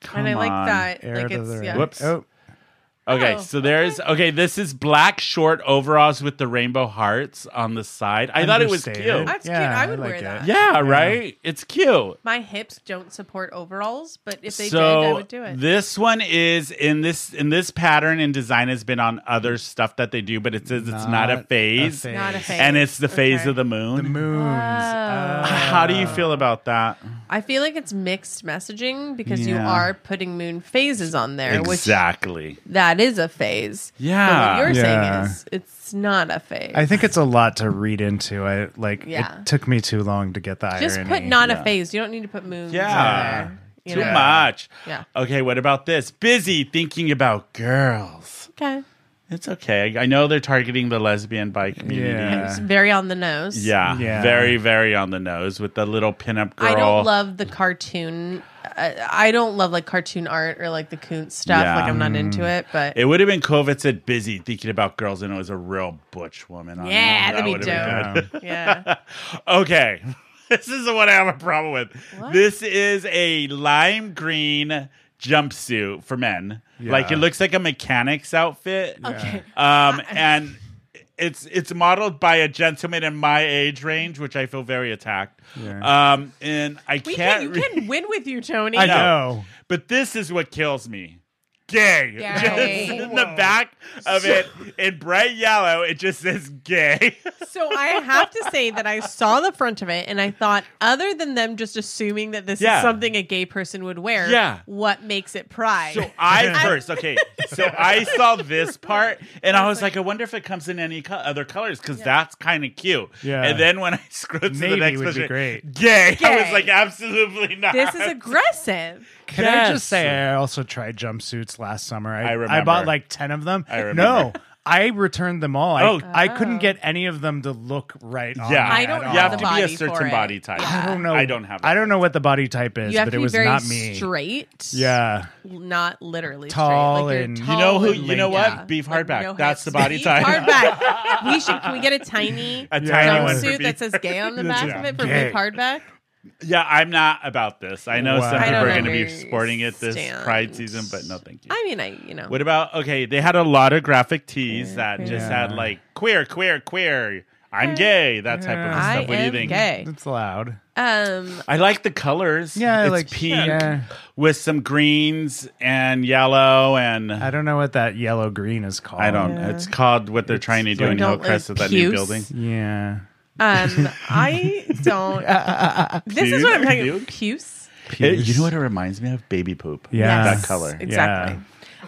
Speaker 1: Come
Speaker 3: And I like
Speaker 1: on.
Speaker 3: that, Air like, to it's- the yeah. right.
Speaker 1: Whoops.
Speaker 3: Oh.
Speaker 1: Okay,
Speaker 3: Oh,
Speaker 1: so there's okay. This is black short overalls with the rainbow hearts on the side. I thought it was cute.
Speaker 2: Understated.
Speaker 3: That's cute. I would wear that.
Speaker 1: Yeah, right. It's cute.
Speaker 3: My hips don't support overalls, but if they
Speaker 1: so
Speaker 3: did, I would do it.
Speaker 1: this one is in this in this pattern and design has been on other stuff that they do, but it says it's not a
Speaker 2: Not a
Speaker 1: phase,
Speaker 2: phase. Not a phase.
Speaker 1: and it's uh, the phase
Speaker 3: Okay.
Speaker 1: of the moon. The
Speaker 2: moon.
Speaker 1: How do you feel about that?
Speaker 3: Oh, I feel like it's mixed messaging because you
Speaker 1: Yeah.
Speaker 3: are putting moon phases on there,
Speaker 1: exactly.
Speaker 3: which that is a phase.
Speaker 1: Yeah.
Speaker 3: But what you're
Speaker 2: Yeah.
Speaker 3: saying is it's not a phase.
Speaker 2: I think it's a lot to read into. I like
Speaker 3: Yeah.
Speaker 2: it took me too long to get the irony.
Speaker 3: Just put not a phase. You don't need to put moon.
Speaker 1: Yeah.
Speaker 3: You
Speaker 1: Too
Speaker 3: know?
Speaker 1: much.
Speaker 3: Yeah.
Speaker 1: Okay, what about this? Busy thinking about girls.
Speaker 3: Okay.
Speaker 1: It's okay. I I know they're targeting the lesbian bi community.
Speaker 3: And it's very on the nose.
Speaker 1: Yeah, very, very on the nose with the little pinup girl.
Speaker 3: I don't love the cartoon. I, I don't love like cartoon art or like the coon stuff.
Speaker 1: Yeah.
Speaker 3: Like I'm not into
Speaker 1: Mm.
Speaker 3: it, but
Speaker 1: It would have been cool if it said busy thinking about girls and it was a real butch woman. On
Speaker 3: Yeah,
Speaker 1: there.
Speaker 3: that'd be
Speaker 1: That
Speaker 2: Um,
Speaker 1: would've been
Speaker 3: dope. Yeah.
Speaker 1: good. okay. This is the one I have a problem with. This is a lime green jumpsuit for men. Like
Speaker 2: Yeah.
Speaker 1: it looks like a mechanic's outfit.
Speaker 2: Okay.
Speaker 1: Um, and it's it's modeled by a gentleman in my age range, which I feel very attacked. Um, and I
Speaker 3: we
Speaker 1: can't.
Speaker 3: can, you
Speaker 1: re-
Speaker 3: can win with you, Tony.
Speaker 2: oh,
Speaker 1: But this is what kills me. Gay.
Speaker 3: Gay.
Speaker 1: Just in the back of it in bright yellow, it just says gay.
Speaker 3: So I have to say that I saw the front of it and I thought, other than them just assuming that this
Speaker 1: Yeah.
Speaker 3: is something a gay person would wear,
Speaker 1: Yeah.
Speaker 3: what makes it pride?
Speaker 1: So I first, okay. So I saw this part and I was like, I wonder if it comes in any co- other colors because that's kind of cute.
Speaker 2: Yeah.
Speaker 1: And then when I scrolled to the
Speaker 2: Navy
Speaker 1: next
Speaker 2: would be
Speaker 1: picture,
Speaker 2: great.
Speaker 1: Gay. I was
Speaker 3: Gay.
Speaker 1: like, absolutely not.
Speaker 3: this is aggressive.
Speaker 2: Can I just say I also tried jumpsuits last summer. I,
Speaker 1: I
Speaker 2: I,
Speaker 1: remember.
Speaker 2: bought like 10 of them.
Speaker 1: I
Speaker 2: No,
Speaker 1: remember.
Speaker 2: I returned them all. I,
Speaker 1: Oh.
Speaker 2: I couldn't get any of them to look right on
Speaker 1: Yeah.
Speaker 2: me
Speaker 1: I don't
Speaker 2: at
Speaker 1: have
Speaker 2: all.
Speaker 1: You have the to be a body certain for it. body type.
Speaker 2: I don't know.
Speaker 1: I don't have
Speaker 2: I don't know what the body type is,
Speaker 3: you have
Speaker 2: but
Speaker 3: to
Speaker 2: it
Speaker 3: be
Speaker 2: was
Speaker 3: very
Speaker 2: not me.
Speaker 3: straight.
Speaker 2: Yeah.
Speaker 3: Not literally straight.
Speaker 2: Tall
Speaker 3: Like you're
Speaker 2: and- You
Speaker 1: You know
Speaker 3: tall
Speaker 1: who?
Speaker 3: and
Speaker 1: You know
Speaker 3: lanky.
Speaker 1: what? Beef hardback.
Speaker 3: no
Speaker 1: that's
Speaker 3: hips.
Speaker 1: the body
Speaker 3: Beef
Speaker 1: type.
Speaker 3: Hardback. we should. Can we get a tiny,
Speaker 1: A tiny one for
Speaker 3: suit
Speaker 1: beef.
Speaker 3: that says "gay" on the
Speaker 1: That's
Speaker 3: back of it for
Speaker 1: gay.
Speaker 3: beef hardback?
Speaker 1: Yeah, I'm not about this. I know
Speaker 2: Wow.
Speaker 1: some
Speaker 2: I
Speaker 1: people
Speaker 2: don't
Speaker 1: are going to be
Speaker 3: understand.
Speaker 1: sporting it this Pride season, but no, thank you.
Speaker 3: I mean, I you know.
Speaker 1: What about okay? They had a lot of graphic tees that just
Speaker 2: Yeah.
Speaker 1: had like queer, queer, queer. I'm gay. That type of
Speaker 3: Uh-huh. I
Speaker 1: stuff. What do you
Speaker 3: am
Speaker 1: think?
Speaker 3: gay.
Speaker 2: It's loud.
Speaker 3: Um,
Speaker 1: I like the colors.
Speaker 2: Yeah, I
Speaker 1: it's
Speaker 2: like-
Speaker 1: pink
Speaker 2: yeah.
Speaker 1: with some greens and yellow, and
Speaker 2: I don't know what that yellow green is called.
Speaker 1: I don't. It's called what they're trying to do
Speaker 2: like-
Speaker 1: in
Speaker 2: Don't
Speaker 1: Hillcrest
Speaker 3: like
Speaker 1: with that new
Speaker 3: puce.
Speaker 1: building.
Speaker 2: Yeah.
Speaker 3: um, I don't. this is what I'm talking about. Puce.
Speaker 1: It- you know what it reminds me of? Baby poop.
Speaker 2: Yeah.
Speaker 1: that color.
Speaker 3: Exactly.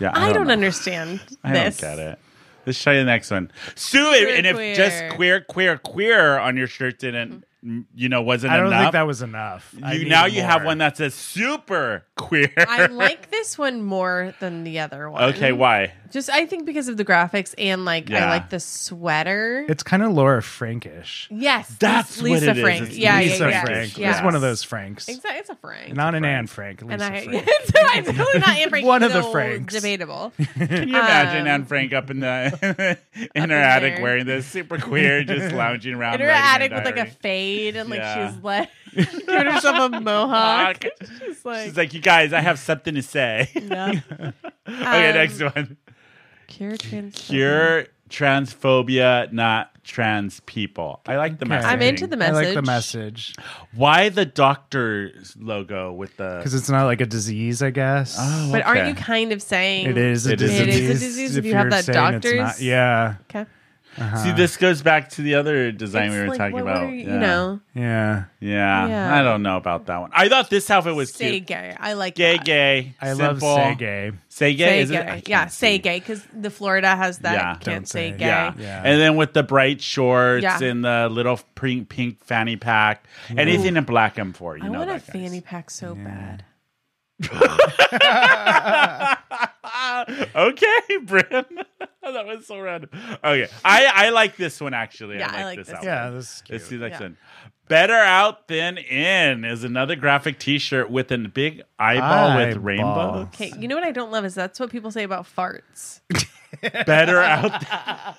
Speaker 1: Yeah, yeah
Speaker 3: I, don't,
Speaker 1: know.
Speaker 3: understand
Speaker 1: I
Speaker 3: this.
Speaker 1: don't get it. Let's try the next one. Sue it,
Speaker 3: Queer,
Speaker 1: and if
Speaker 3: queer.
Speaker 1: just queer, queer, queer on your shirt didn't,
Speaker 3: Mm-hmm.
Speaker 1: mm, you know, wasn't
Speaker 2: I don't
Speaker 1: enough.
Speaker 2: think that was enough. I
Speaker 1: you
Speaker 2: need
Speaker 1: now you have
Speaker 2: more.
Speaker 1: one that says super queer.
Speaker 3: I like this one more than the other one.
Speaker 1: Okay, why?
Speaker 3: Just I think because of the graphics and like
Speaker 2: Yeah.
Speaker 3: I like the sweater.
Speaker 2: It's kind of Laura Frankish.
Speaker 3: Yes,
Speaker 1: That's
Speaker 3: it's
Speaker 1: what
Speaker 3: Lisa
Speaker 1: it is.
Speaker 3: Frank.
Speaker 1: It's
Speaker 3: Yeah, yeah,
Speaker 2: Lisa
Speaker 3: yeah,
Speaker 2: Frank.
Speaker 3: yeah.
Speaker 2: It's one of those Franks.
Speaker 3: Exactly, it's a Frank.
Speaker 2: Not an Anne Frank. Lisa
Speaker 3: and I,
Speaker 2: Frank.
Speaker 3: I'm totally not Anne Frank.
Speaker 2: One of the
Speaker 3: though
Speaker 2: Franks.
Speaker 3: Debatable.
Speaker 1: Can you imagine
Speaker 3: Um,
Speaker 1: Anne Frank up in the in
Speaker 3: in
Speaker 1: her attic
Speaker 3: there.
Speaker 1: wearing this, super queer, just lounging around
Speaker 3: in her
Speaker 1: writing
Speaker 3: attic with like a
Speaker 1: diary?
Speaker 3: fade and like
Speaker 1: Yeah.
Speaker 3: she's like giving herself a mohawk. she's like,
Speaker 1: She's like, you guys, I have something to say.
Speaker 3: Yeah.
Speaker 1: okay,
Speaker 3: Um,
Speaker 1: next one.
Speaker 3: cure trans.
Speaker 1: Cure transphobia, not trans people. I like the
Speaker 2: Okay.
Speaker 1: message.
Speaker 3: I'm into the
Speaker 2: I like the
Speaker 3: message.
Speaker 2: message
Speaker 1: Why the doctor's logo with the?
Speaker 2: because it's not like a disease, I guess.
Speaker 1: Oh,
Speaker 3: But aren't you kind of saying
Speaker 2: It is a
Speaker 3: it
Speaker 2: disease.
Speaker 3: a disease if, you have
Speaker 2: you're
Speaker 3: that
Speaker 2: saying it's
Speaker 3: doctor's?
Speaker 2: not- yeah.
Speaker 3: Okay.
Speaker 2: Uh-huh.
Speaker 1: See, this goes back to the other design
Speaker 3: It's
Speaker 1: we were
Speaker 3: like,
Speaker 1: talking
Speaker 3: what- what
Speaker 1: about.
Speaker 3: are you- you know.
Speaker 2: Yeah.
Speaker 1: yeah,
Speaker 3: Yeah.
Speaker 1: I don't know about that one. I thought this outfit was
Speaker 3: Say
Speaker 1: cute.
Speaker 3: gay. I like
Speaker 1: Gay,
Speaker 3: that.
Speaker 1: gay.
Speaker 2: I love
Speaker 1: simple.
Speaker 2: say gay.
Speaker 1: Say gay.
Speaker 3: Say
Speaker 1: is it?
Speaker 3: gay. Yeah, say gay because the Florida has that.
Speaker 1: Yeah.
Speaker 3: you can't say, gay.
Speaker 1: Yeah. And then with the bright shorts
Speaker 3: Yeah.
Speaker 1: and the little pink, pink fanny pack, anything in black M4, you
Speaker 3: I
Speaker 1: know
Speaker 3: want a
Speaker 1: that.
Speaker 3: fanny pack so bad.
Speaker 1: Okay, Bryn. that was so random. Okay. I, I like this one, actually.
Speaker 3: Yeah,
Speaker 1: I like, this, outfit.
Speaker 2: Yeah, this is
Speaker 1: Let's see the next
Speaker 2: Yeah.
Speaker 1: one. Better Out Than In is another graphic t shirt with a big eyeball with
Speaker 2: Eyeball.
Speaker 1: rainbow.
Speaker 3: Okay, you know what I don't love is that's what people say about farts.
Speaker 1: Better Out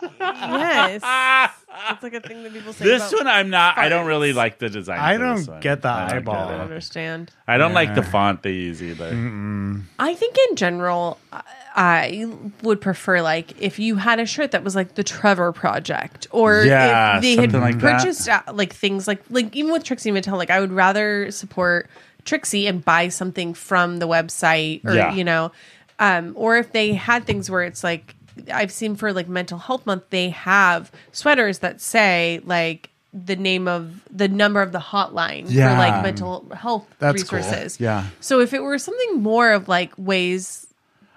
Speaker 3: yes, it's like a thing that people say.
Speaker 1: This
Speaker 3: about-
Speaker 1: one I'm not. I don't really like the design.
Speaker 2: I
Speaker 1: for this
Speaker 2: don't
Speaker 1: one.
Speaker 2: get the
Speaker 1: I don't get
Speaker 2: eyeball.
Speaker 1: it.
Speaker 3: I don't understand.
Speaker 1: I don't like the
Speaker 2: Yeah. Mm-hmm.
Speaker 1: font they use either.
Speaker 3: I think in general, I- I would prefer like if you had a shirt that was like the Trevor Project, or
Speaker 1: Yeah,
Speaker 3: if they had
Speaker 1: something like that.
Speaker 3: purchased uh, like things like like even with Trixie Mattel, like I would rather support Trixie and buy something from the website, or
Speaker 13: Yeah.
Speaker 3: you know, um, or if they had things where it's like I've seen for like Mental Health Month, they have sweaters that say like the name of the number of the hotline
Speaker 1: Yeah.
Speaker 3: for like mental health
Speaker 1: That's cool.
Speaker 3: resources.
Speaker 1: Yeah.
Speaker 3: So if it were something more of like ways,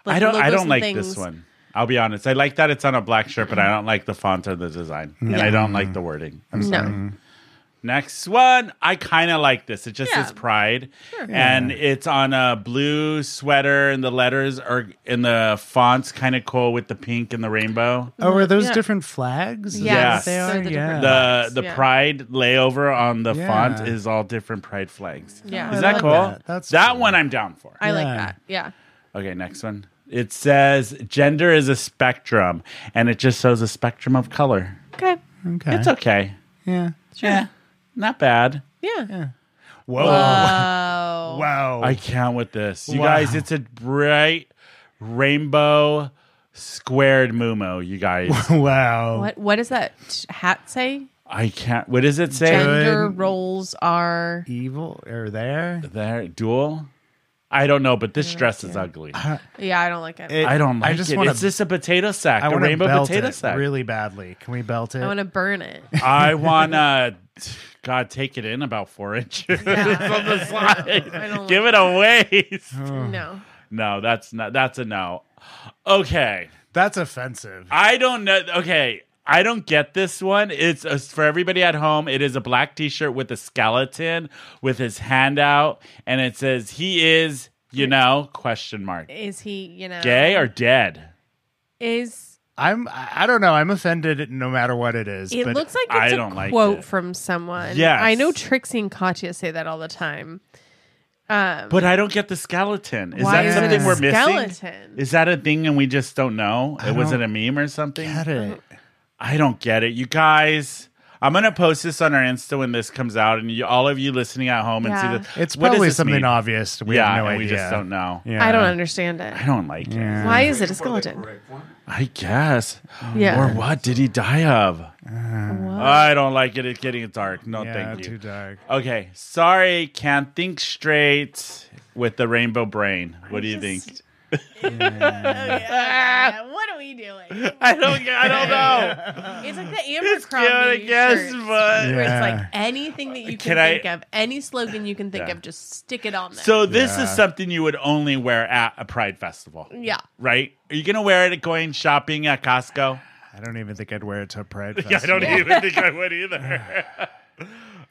Speaker 1: I don't. I
Speaker 3: logos
Speaker 1: don't
Speaker 3: and
Speaker 1: like
Speaker 3: things-
Speaker 1: this one. I'll be honest. I like that it's on a black shirt, but I don't like the font or the design,
Speaker 2: Mm-hmm.
Speaker 1: and I
Speaker 3: Yeah.
Speaker 1: don't like the wording. I'm
Speaker 3: No.
Speaker 1: sorry. Next one, I kind of like this. It just says pride,
Speaker 3: Sure.
Speaker 1: and it's on a blue sweater, and the letters are in the fonts kind of cool with the pink and the rainbow.
Speaker 2: Oh, are those
Speaker 3: Yeah.
Speaker 2: different flags? Is that what they are? yeah.
Speaker 1: the the
Speaker 3: yeah.
Speaker 1: pride layover on the
Speaker 2: Yeah.
Speaker 1: font is all different pride flags.
Speaker 3: Yeah.
Speaker 1: is
Speaker 3: I
Speaker 1: that
Speaker 3: like
Speaker 1: cool?
Speaker 2: that.
Speaker 1: That's
Speaker 2: That's
Speaker 1: that one I'm down for.
Speaker 3: I like that. Yeah.
Speaker 1: Okay, next one. It says gender is a spectrum, and it just shows a spectrum of color.
Speaker 3: Okay.
Speaker 2: Okay.
Speaker 1: It's okay.
Speaker 2: Yeah.
Speaker 1: Yeah. Not bad.
Speaker 3: Yeah.
Speaker 1: Whoa.
Speaker 3: Whoa.
Speaker 2: Wow.
Speaker 1: I count with this. You
Speaker 2: Wow.
Speaker 1: guys, it's a bright rainbow squared Mumo, you guys.
Speaker 2: wow.
Speaker 3: What what does that t- hat say?
Speaker 1: I can't. What does it say?
Speaker 3: Gender roles are
Speaker 2: evil or there?
Speaker 1: There, dual? I don't know, but this dress is ugly.
Speaker 3: Yeah, I don't like it.
Speaker 1: I don't like
Speaker 2: I just
Speaker 1: it.
Speaker 2: wanna-
Speaker 1: It's just a potato sack,
Speaker 2: I
Speaker 1: a
Speaker 2: want to
Speaker 1: rainbow
Speaker 2: belt
Speaker 1: potato
Speaker 2: it
Speaker 1: sack.
Speaker 2: really badly. Can we belt it?
Speaker 3: I want to burn it.
Speaker 1: I wanna God take it in about four inches on the
Speaker 3: I
Speaker 1: slide.
Speaker 3: don't
Speaker 1: Give it a waste.
Speaker 3: No.
Speaker 1: No, that's not that's a no. Okay.
Speaker 2: That's offensive.
Speaker 1: I don't know okay. I don't get this one. It's uh, for everybody at home. It is a black T-shirt with a skeleton with his hand out, and it says "He is, you know?" Question mark.
Speaker 3: Is he, you know,
Speaker 1: Gay or dead?
Speaker 3: Is
Speaker 2: I'm. I I don't know. I'm offended no matter what it is.
Speaker 3: it
Speaker 2: but
Speaker 3: looks like it's
Speaker 2: I
Speaker 3: a
Speaker 2: don't like
Speaker 3: quote
Speaker 2: it.
Speaker 3: from someone.
Speaker 2: Yes.
Speaker 3: I know Trixie and Katya say that all the time. Um,
Speaker 1: But I don't get the skeleton. Is
Speaker 3: Why
Speaker 1: that
Speaker 3: is it
Speaker 1: something
Speaker 3: a
Speaker 1: we're
Speaker 3: skeleton?
Speaker 1: missing? Is that a thing and we just don't know?
Speaker 2: I
Speaker 1: it was it a
Speaker 2: don't
Speaker 1: meme or something?
Speaker 2: get it.
Speaker 1: I don't get it. You guys, I'm gonna post this on our Insta when this comes out, and you, all of you listening at home and
Speaker 3: Yeah.
Speaker 1: see this.
Speaker 2: It's
Speaker 1: what does
Speaker 2: probably
Speaker 1: this
Speaker 2: something
Speaker 1: mean?
Speaker 2: obvious. We
Speaker 1: yeah,
Speaker 2: have no
Speaker 1: and
Speaker 2: idea.
Speaker 1: we just don't know.
Speaker 2: Yeah.
Speaker 3: I don't understand it.
Speaker 1: I don't like it.
Speaker 3: Why is it a skeleton?
Speaker 1: I guess.
Speaker 3: Yeah.
Speaker 1: Or what did he die of? I don't like it. It's getting dark. No,
Speaker 2: Yeah,
Speaker 1: Oh, thank you.
Speaker 2: too dark.
Speaker 1: Okay, sorry. Can't think straight with the rainbow brain. What do you think? Ah!
Speaker 3: what are we doing?
Speaker 1: I don't. I don't know.
Speaker 3: It's like the Abercrombie
Speaker 1: cute, I guess,
Speaker 3: shirts,
Speaker 1: but-
Speaker 3: where it's
Speaker 1: Yeah.
Speaker 3: like anything that you
Speaker 1: Can
Speaker 3: can,
Speaker 1: I-
Speaker 3: think of, any slogan you can think
Speaker 1: Yeah.
Speaker 3: of, just stick it on there.
Speaker 1: So this
Speaker 2: Yeah.
Speaker 1: is something you would only wear at a pride festival,
Speaker 3: yeah,
Speaker 1: right? Are you gonna wear it going shopping at Costco?
Speaker 2: I don't even think I'd wear it to a pride.
Speaker 1: Yeah, I don't
Speaker 2: festival.
Speaker 1: even think I would either.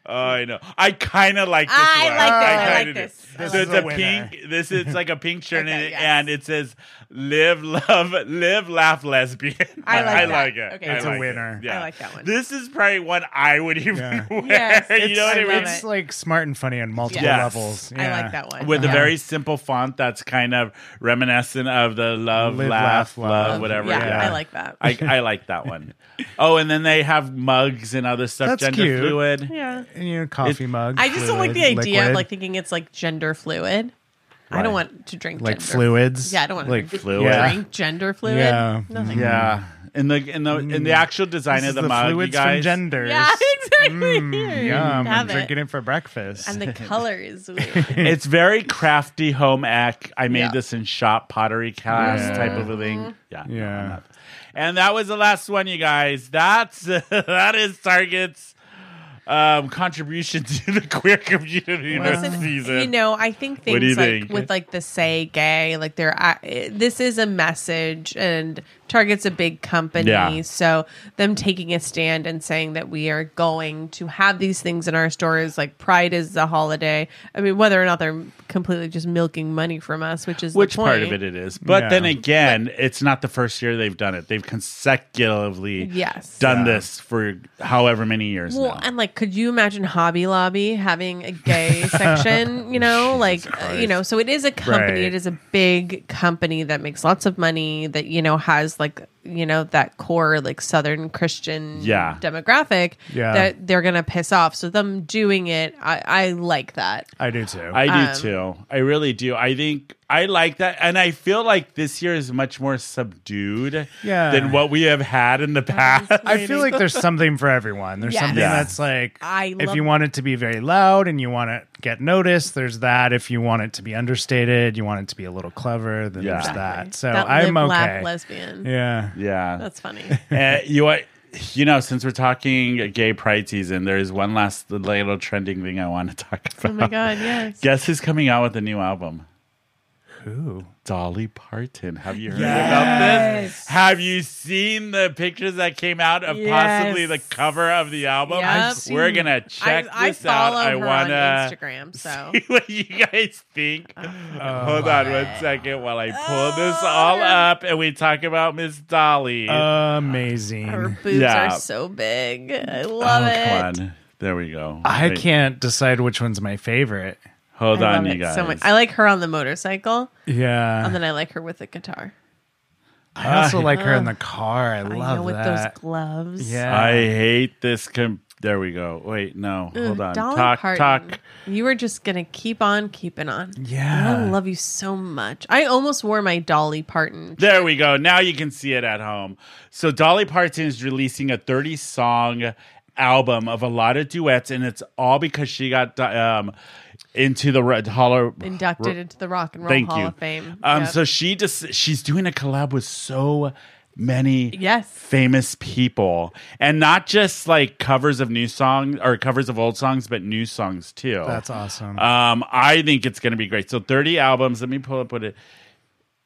Speaker 1: Oh, I know. I kind of like this
Speaker 3: I
Speaker 1: one.
Speaker 3: like this. I like
Speaker 1: kinda do.
Speaker 3: this. I
Speaker 1: so
Speaker 3: like
Speaker 1: it's
Speaker 3: this.
Speaker 1: a pink. This is like a pink shirt, and,
Speaker 3: Okay,
Speaker 1: it,
Speaker 3: yes.
Speaker 1: and it says "Live, love, live, laugh, lesbian."
Speaker 3: I like
Speaker 1: I
Speaker 3: that.
Speaker 1: like it.
Speaker 3: Okay.
Speaker 1: I
Speaker 2: It's a
Speaker 1: like it.
Speaker 2: winner.
Speaker 1: Yeah.
Speaker 3: I like that one.
Speaker 1: This is probably one I would even wear.
Speaker 3: Yes.
Speaker 1: you know what I
Speaker 2: It's-
Speaker 1: mean?
Speaker 2: It's like smart and funny on multiple
Speaker 1: Yes.
Speaker 2: levels.
Speaker 3: I like
Speaker 2: Yeah.
Speaker 3: that one.
Speaker 1: With a
Speaker 2: Yeah.
Speaker 1: very simple font that's kind of reminiscent of the love,
Speaker 2: Live,
Speaker 1: laugh,
Speaker 2: laugh,
Speaker 1: love,
Speaker 2: love.
Speaker 1: whatever.
Speaker 3: Yeah, I like that.
Speaker 1: I, I like that one. Oh, and then they have mugs and other stuff,
Speaker 2: That's
Speaker 1: gender
Speaker 2: cute.
Speaker 1: fluid.
Speaker 3: Yeah.
Speaker 2: And, you know, coffee mug.
Speaker 3: I just don't like the
Speaker 2: fluid,
Speaker 3: idea of
Speaker 2: liquid.
Speaker 3: like thinking it's like gender fluid. I
Speaker 1: Right.
Speaker 3: don't want to drink
Speaker 2: Like
Speaker 3: gender.
Speaker 2: fluids?
Speaker 3: Yeah, I don't want
Speaker 2: Like
Speaker 3: to drink,
Speaker 1: fluid? Yeah.
Speaker 3: drink gender fluid.
Speaker 2: Yeah.
Speaker 3: No, thank you.
Speaker 1: Yeah. In the in the in the actual design
Speaker 2: Mm.
Speaker 1: of
Speaker 2: This is
Speaker 1: the,
Speaker 2: the
Speaker 1: mug, you
Speaker 2: fluids from
Speaker 1: guys.
Speaker 2: genders.
Speaker 3: Yeah, exactly.
Speaker 1: Mm,
Speaker 3: Here,
Speaker 2: Yum, I'm
Speaker 3: have it.
Speaker 2: drinking it for breakfast.
Speaker 3: And the color is weird.
Speaker 1: it's very crafty home ec. I made
Speaker 3: Yeah.
Speaker 1: this in shop pottery class
Speaker 2: Yeah.
Speaker 1: type of a
Speaker 3: Mm-hmm.
Speaker 1: thing. Yeah.
Speaker 2: yeah.
Speaker 1: And that was the last one, you guys. That's that is Target's um, contribution to the queer community this
Speaker 3: Listen,
Speaker 1: season.
Speaker 3: You know, I think
Speaker 1: What do you
Speaker 3: things like
Speaker 1: think?
Speaker 3: with like the say gay, like they're I- it- this is a message, and Target's a big company,
Speaker 1: Yeah.
Speaker 3: so them taking a stand and saying that we are going to have these things in our stores, like Pride is the holiday. I mean, whether or not they're completely just milking money from us, which is the
Speaker 1: which part of
Speaker 3: point.
Speaker 1: it it is. But
Speaker 2: Yeah.
Speaker 1: then again, it's not the first year they've done it. They've consecutively
Speaker 3: Yes.
Speaker 1: done
Speaker 2: Yeah.
Speaker 1: this for however many years
Speaker 3: Well,
Speaker 1: now.
Speaker 3: and like, could you imagine Hobby Lobby having a gay section? You know, like, uh, you know, so it is a company.
Speaker 2: Right.
Speaker 3: It is a big company that makes lots of money. That you know has like you know that core like Southern Christian
Speaker 1: Yeah.
Speaker 3: demographic.
Speaker 2: Yeah.
Speaker 3: that they're gonna piss off. So them doing it, I, I like that.
Speaker 2: I do too.
Speaker 1: I do
Speaker 3: Um,
Speaker 1: too. I really do. I think I like that, and I feel like this year is much more subdued
Speaker 2: Yeah.
Speaker 1: than what we have had in the past.
Speaker 2: I feel like there's something for everyone. There's
Speaker 3: Yes.
Speaker 2: something
Speaker 1: Yeah.
Speaker 2: that's like
Speaker 3: I
Speaker 2: if
Speaker 3: love-
Speaker 2: you want it to be very loud and you want to get noticed, there's that. If you want it to be understated, you want it to be a little clever, then
Speaker 1: Yeah.
Speaker 2: there's
Speaker 3: Exactly.
Speaker 2: that. So
Speaker 3: That
Speaker 2: I'm
Speaker 3: lip,
Speaker 2: okay.
Speaker 3: laugh lesbian.
Speaker 2: Yeah.
Speaker 1: Oh, yeah,
Speaker 3: That's funny.
Speaker 1: uh, you what you know since we're talking gay pride season there is one last little trending thing i want to talk about
Speaker 3: oh my god, yes.
Speaker 1: guess who's coming out with a new album
Speaker 2: Ooh.
Speaker 1: dolly parton have you heard about this
Speaker 3: Yes.
Speaker 1: have you seen the pictures that came out of possibly
Speaker 3: Yes.
Speaker 1: the cover of the album
Speaker 3: Yep. I've seen-
Speaker 1: we're gonna check
Speaker 3: I, I
Speaker 1: this out
Speaker 3: follow
Speaker 1: i
Speaker 3: her
Speaker 1: wanna
Speaker 3: on Instagram, Oh, so
Speaker 1: see what you guys think. Hold on one second while I pull
Speaker 3: Oh,
Speaker 1: this all up and we talk about Miss Dolly.
Speaker 3: Oh,
Speaker 2: Amazing.
Speaker 3: her boobs
Speaker 1: Yeah. Oh,
Speaker 3: are so big. I love it.
Speaker 1: Come on. There we go.
Speaker 2: I
Speaker 1: Wait,
Speaker 2: can't decide which one's my favorite.
Speaker 1: Hold
Speaker 3: I
Speaker 1: on,
Speaker 3: love
Speaker 1: you
Speaker 3: it
Speaker 1: guys.
Speaker 3: so much. I like her on the motorcycle,
Speaker 2: Yeah.
Speaker 3: and then I like her with the guitar.
Speaker 2: I also like her in the car. I love
Speaker 3: I know with
Speaker 2: that.
Speaker 3: those gloves.
Speaker 2: yeah.
Speaker 1: I hate this. Com- there we go. Wait, no.
Speaker 3: Ugh,
Speaker 1: Hold on.
Speaker 3: Dolly
Speaker 1: talk,
Speaker 3: Parton,
Speaker 1: talk.
Speaker 3: You are just gonna keep on keeping on.
Speaker 2: Yeah.
Speaker 3: I love you so much. I almost wore my Dolly Parton.
Speaker 1: There we go. Now you can see it at home. So Dolly Parton is releasing a 30 song album of a lot of duets, and it's all because she got um, into the Red Hollow
Speaker 3: Inducted into the Rock and Roll
Speaker 1: Thank
Speaker 3: Hall
Speaker 1: you.
Speaker 3: of Fame.
Speaker 1: Um,
Speaker 3: Yep.
Speaker 1: so she just she's doing a collab with so many
Speaker 3: Yes.
Speaker 1: famous people, and not just like covers of new songs or covers of old songs, but new songs too.
Speaker 2: That's awesome.
Speaker 1: Um, I think it's gonna be great. So thirty albums. Let me pull up what it.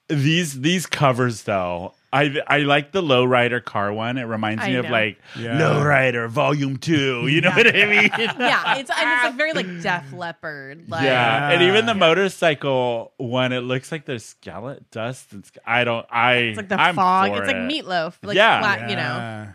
Speaker 1: These these covers though. I, I like the lowrider car one. It reminds
Speaker 3: I
Speaker 1: me of
Speaker 3: know.
Speaker 1: like
Speaker 2: Yeah.
Speaker 1: lowrider volume two. You know what I mean?
Speaker 3: yeah, it's and it's like very like Def Leppard. Like,
Speaker 1: yeah, and even the
Speaker 2: Yeah.
Speaker 1: motorcycle one, it looks like there's skeleton dust. And sk- I don't, I,
Speaker 3: It's like the
Speaker 1: I'm
Speaker 3: fog.
Speaker 1: for
Speaker 3: It's like
Speaker 1: it.
Speaker 3: meatloaf. Like
Speaker 1: Yeah.
Speaker 3: flat,
Speaker 2: Yeah.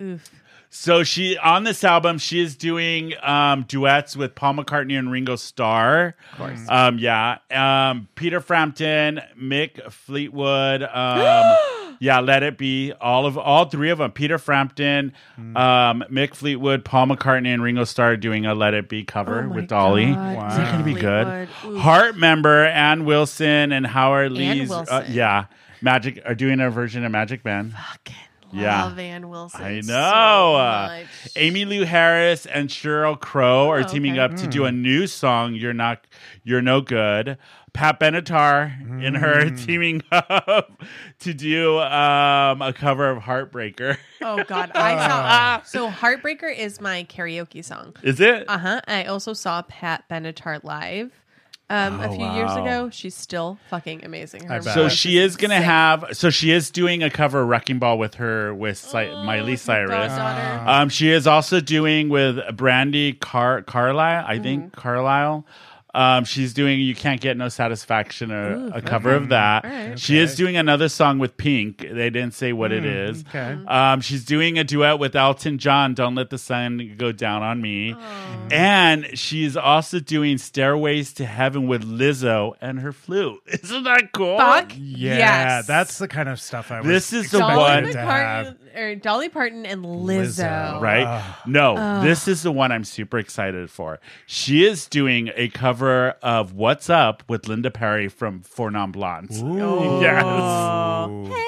Speaker 3: you know. Oof.
Speaker 1: So she on this album, she is doing um, duets with Paul McCartney and Ringo Starr. Of course, um, yeah. Um, Peter Frampton, Mick Fleetwood. Um, yeah, Let It Be. All of all three of them. Peter Frampton, um, Mick Fleetwood, Paul McCartney, and Ringo Starr doing a Let It Be cover
Speaker 3: Oh my
Speaker 1: with Dolly.
Speaker 3: God.
Speaker 1: Is that
Speaker 2: Wow.
Speaker 1: going to be good?
Speaker 3: Fleetwood. Ooh.
Speaker 1: Heart member Ann Wilson and Howard Lee's. uh,
Speaker 3: Wilson.
Speaker 1: yeah, Magic are doing a version of Magic Man. Yeah.
Speaker 3: Love Ann Wilson.
Speaker 1: I
Speaker 3: so
Speaker 1: know. Uh,
Speaker 3: much.
Speaker 1: Amy Lou Harris and Cheryl Crow are
Speaker 3: Oh,
Speaker 1: teaming
Speaker 3: okay.
Speaker 1: up to do a new song. You're not. You're no good. Pat Benatar and her are teaming up to do um, a cover of Heartbreaker.
Speaker 3: Oh God,
Speaker 1: Ah.
Speaker 3: I saw. So "Heartbreaker" is my karaoke song. Uh-huh,
Speaker 1: Is it?
Speaker 3: Uh huh. I also saw Pat Benatar live um,
Speaker 1: Oh,
Speaker 3: a few years
Speaker 1: wow.
Speaker 3: ago. She's still fucking amazing. Her
Speaker 1: So
Speaker 3: voice
Speaker 1: she is gonna
Speaker 3: insane.
Speaker 1: have. So she is doing a cover of Wrecking Ball with her with Cy-
Speaker 3: Oh,
Speaker 1: Miley Cyrus.
Speaker 3: goddaughter.
Speaker 1: Um, she is also doing with Brandy Car Carlisle. I think
Speaker 13: Mm-hmm.
Speaker 1: Carlisle. Um, she's doing "You Can't Get No Satisfaction," a,
Speaker 13: Ooh,
Speaker 1: a cover
Speaker 13: okay.
Speaker 1: of that.
Speaker 13: All right.
Speaker 1: She is doing another song with Pink. They didn't say what it
Speaker 13: Hmm,
Speaker 1: is.
Speaker 3: Mm-hmm.
Speaker 13: okay.
Speaker 1: Um, she's doing a duet with Elton John. Don't let the sun go down on me.
Speaker 13: Oh.
Speaker 1: And she's also doing "Stairways to Heaven" with Lizzo and her flute. Isn't that cool?
Speaker 3: Fuck
Speaker 2: Yeah,
Speaker 3: yes.
Speaker 2: that's the kind of stuff I was.
Speaker 1: This is the
Speaker 2: expecting
Speaker 1: one-
Speaker 2: to have.
Speaker 3: Parton, or Dolly Parton and Lizzo.
Speaker 1: Right? No,
Speaker 3: Ugh.
Speaker 1: this is the one I'm super excited for. She is doing a cover of What's Up with Linda Perry from Four Non Blondes. Yes.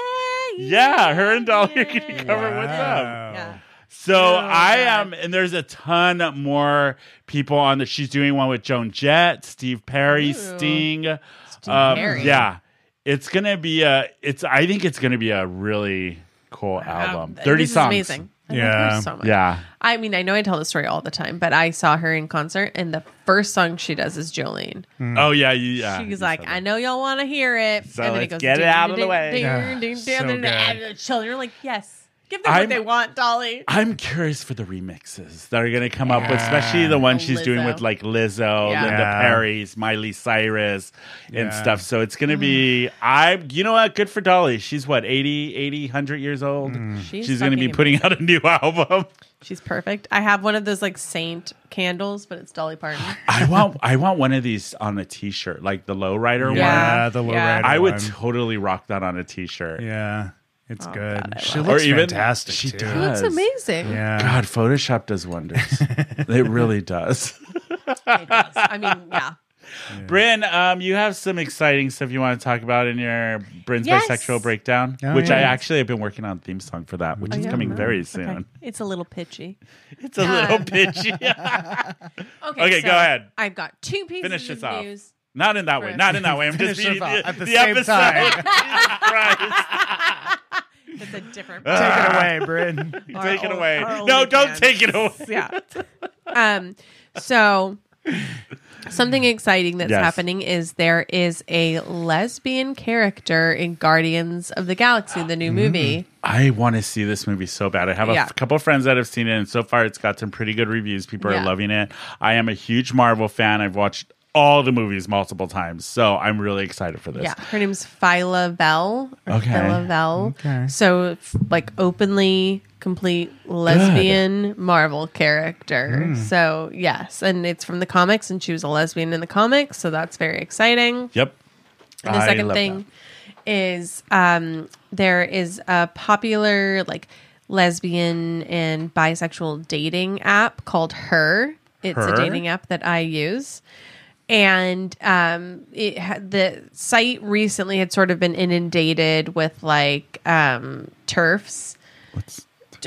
Speaker 1: Yeah, her and Dolly are going to cover What's Up. So I am, and there's a ton more people on that. She's doing one with Joan Jett, Steve Perry, Sting. Um,
Speaker 13: Perry.
Speaker 1: Yeah, it's gonna be a. It's. I think it's gonna be a really cool album.
Speaker 3: This
Speaker 1: Thirty
Speaker 3: is
Speaker 1: songs.
Speaker 3: amazing. I love her so much.
Speaker 1: Yeah.
Speaker 3: I mean, I know I tell the story all the time, but I saw her in concert, and the first song she does is Jolene.
Speaker 1: Oh yeah. you- Yeah.
Speaker 3: She's like, I know y'all want to hear it.
Speaker 1: So
Speaker 3: and then
Speaker 1: let's get it out of the
Speaker 3: "Ding,
Speaker 1: way."
Speaker 3: ding,
Speaker 1: Yeah,
Speaker 3: ding,
Speaker 1: so
Speaker 3: ding, ding, ding." And
Speaker 1: good.
Speaker 3: the Children are like, yes, give them
Speaker 1: I'm-
Speaker 3: what they want, Dolly.
Speaker 1: I'm curious for the remixes that are going to come up with, especially the one she's doing
Speaker 3: Lizzo.
Speaker 1: with like Lizzo,
Speaker 3: Yeah.
Speaker 1: Linda
Speaker 13: Yeah.
Speaker 1: Perry's, Miley Cyrus, and
Speaker 13: Yeah.
Speaker 1: stuff. So it's going to be, I, you know what? Good for Dolly. She's what, 80, 80, 100 years old?
Speaker 3: She's
Speaker 1: She's going to be
Speaker 3: fucking
Speaker 1: putting out a new album.
Speaker 3: She's perfect. I have one of those like saint candles, but it's Dolly Parton.
Speaker 1: I want, I want one of these on a t shirt, like the Lowrider
Speaker 2: Yeah,
Speaker 1: one.
Speaker 2: the Yeah. Lowrider
Speaker 1: I would
Speaker 2: one.
Speaker 1: totally rock that on a t shirt.
Speaker 2: Yeah, it's good. she
Speaker 1: love
Speaker 2: looks
Speaker 1: her. Or even-
Speaker 2: fantastic.
Speaker 1: she
Speaker 2: too.
Speaker 1: does.
Speaker 3: She looks amazing.
Speaker 2: Yeah.
Speaker 1: God, Photoshop does wonders. it really does.
Speaker 3: It does. I mean, yeah.
Speaker 1: Bryn, um, you have some exciting stuff you want to talk about in your Bryn's
Speaker 3: Yes.
Speaker 1: bisexual breakdown,
Speaker 2: Oh,
Speaker 1: which I
Speaker 2: yeah.
Speaker 1: actually have been working on a theme song for that, which
Speaker 3: Oh,
Speaker 1: is
Speaker 3: yeah?
Speaker 1: coming
Speaker 3: Oh,
Speaker 1: very
Speaker 3: okay.
Speaker 1: soon.
Speaker 3: It's a little pitchy.
Speaker 1: It's a little pitchy.
Speaker 3: okay,
Speaker 1: Okay,
Speaker 3: so
Speaker 1: go ahead.
Speaker 3: I've got two pieces
Speaker 1: Finish
Speaker 3: of
Speaker 1: this off.
Speaker 3: news.
Speaker 1: Not in that way. Not in that way. I'm just
Speaker 2: Finish
Speaker 1: beating
Speaker 2: us off
Speaker 1: the,
Speaker 2: at the
Speaker 1: the,
Speaker 2: same
Speaker 1: episode.
Speaker 2: time.
Speaker 3: It's a different.
Speaker 1: Take it
Speaker 2: away, Bryn.
Speaker 3: Our
Speaker 1: Take it
Speaker 3: ol-
Speaker 1: away.
Speaker 3: our
Speaker 1: No,
Speaker 3: only
Speaker 1: don't take it away.
Speaker 3: fans. yeah. Um. So, something exciting that's
Speaker 1: Yes.
Speaker 3: happening is there is a lesbian character in Guardians of the Galaxy, the
Speaker 1: Mm.
Speaker 3: new movie.
Speaker 1: I want to see this movie so bad. I have a
Speaker 3: Yeah.
Speaker 1: f- couple friends that have seen it, and so far it's got some pretty good reviews. People
Speaker 3: Yeah.
Speaker 1: are loving it. I am a huge Marvel fan. I've watched all the movies multiple times, so I'm really excited for this.
Speaker 3: Yeah, her name's Phyla Vell. or
Speaker 1: Okay.
Speaker 3: Phyla Vell.
Speaker 1: Okay.
Speaker 3: So, f- like, openly complete lesbian Marvel character.
Speaker 1: Hmm.
Speaker 3: So, yes. And it's from the comics, and she was a lesbian in the comics. So, that's very exciting.
Speaker 1: Yep.
Speaker 3: And the
Speaker 1: I
Speaker 3: second
Speaker 1: love
Speaker 3: thing is um, there is a popular like lesbian and bisexual dating app called Her. It's
Speaker 14: Her?
Speaker 3: a dating app that I use. And um, it had, the site recently had sort of been inundated with like um, turfs,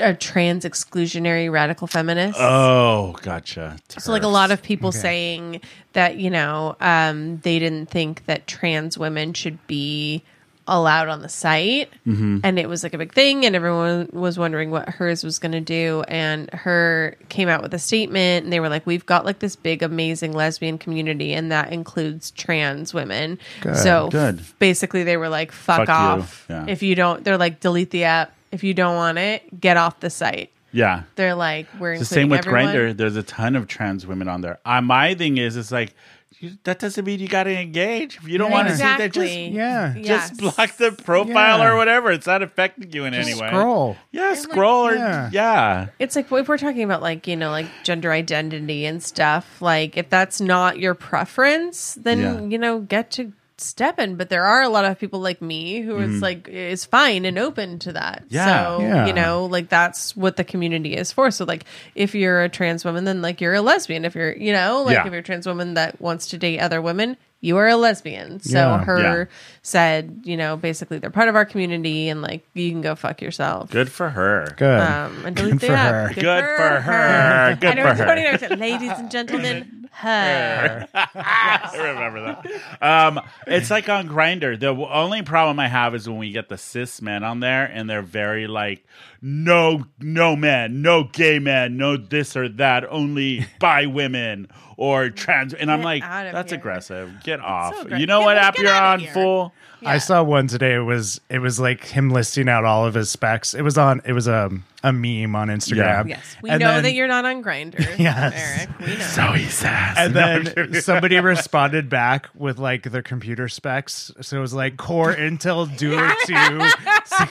Speaker 3: uh, trans exclusionary radical feminists.
Speaker 1: Oh, gotcha.
Speaker 3: So, like a lot of people
Speaker 1: Okay.
Speaker 3: saying that, you know, um, they didn't think that trans women should be allowed on the site.
Speaker 1: Mm-hmm.
Speaker 13: Mhm.
Speaker 3: And it was like a big thing, and everyone was wondering what hers was going to do. And her came out with a statement, and they were like, We've got like this big, amazing lesbian community, and that includes trans women.
Speaker 1: Good,
Speaker 3: so,
Speaker 1: good.
Speaker 3: f- basically, they were like,
Speaker 1: Fuck
Speaker 3: Fuck,
Speaker 1: you.
Speaker 3: off.
Speaker 1: Yeah.
Speaker 3: If you don't, they're like, Delete the app. If you don't want it, get off the site.
Speaker 1: Yeah.
Speaker 3: They're like, We're
Speaker 1: It's the
Speaker 3: including
Speaker 1: same with
Speaker 3: everyone.
Speaker 1: Grinder. There's a ton of trans women on there. Uh, my thing is, it's like you- that doesn't mean you got to engage. If you don't want to see that, just
Speaker 3: Exactly.
Speaker 2: yeah,
Speaker 1: just block the profile
Speaker 2: Yeah.
Speaker 1: or whatever. It's not affecting you in any way.
Speaker 2: Scroll.
Speaker 1: Yeah, scroll or yeah.
Speaker 3: It's like if we're talking about like you know like gender identity and stuff. Like if that's not your preference, then
Speaker 1: Yeah.
Speaker 3: you know get to step in. But there are a lot of people like me who is
Speaker 1: Mhm.
Speaker 3: like is fine and open to that.
Speaker 1: Yeah.
Speaker 3: So
Speaker 1: Yeah.
Speaker 3: you know like that's what the community is for. So like if you're a trans woman, then like you're a lesbian. If you're you know like
Speaker 1: Yeah.
Speaker 3: if you're a trans woman that wants to date other women. You are a lesbian. So
Speaker 1: Yeah.
Speaker 3: her
Speaker 1: Yeah.
Speaker 3: said, you know, basically they're part of our community and like you can go fuck yourself.
Speaker 1: Good for her.
Speaker 3: Um, and delete the app.
Speaker 1: Good for her. Good
Speaker 3: I know
Speaker 1: for
Speaker 3: it's funny.
Speaker 1: her.
Speaker 3: I said, Ladies and gentlemen, Her.
Speaker 1: I remember that. Um, it's like on Grinder. The w- only problem I have is when we get the cis men on there, and they're very like, no, no man, no gay man, no this or that, only by women or trans. And I'm
Speaker 3: Get
Speaker 1: like,
Speaker 3: out of
Speaker 1: that's
Speaker 3: here.
Speaker 1: aggressive. Get off.
Speaker 3: aggra-
Speaker 1: you know
Speaker 3: Get-
Speaker 1: what
Speaker 3: get
Speaker 1: app you're
Speaker 3: out of
Speaker 1: on,
Speaker 3: here.
Speaker 1: fool?
Speaker 2: I saw one today. It was it was like him listing out all of his specs. It was on it was a a meme on Instagram.
Speaker 3: Yes, we
Speaker 2: And
Speaker 3: know
Speaker 2: then-
Speaker 3: that you're not on Grinder.
Speaker 2: Yes.
Speaker 3: Eric. We know.
Speaker 1: Zoe says.
Speaker 2: And
Speaker 1: No, I'm
Speaker 2: then
Speaker 1: kidding.
Speaker 2: somebody responded back with like their computer specs. So it was like Core Intel Duo 2,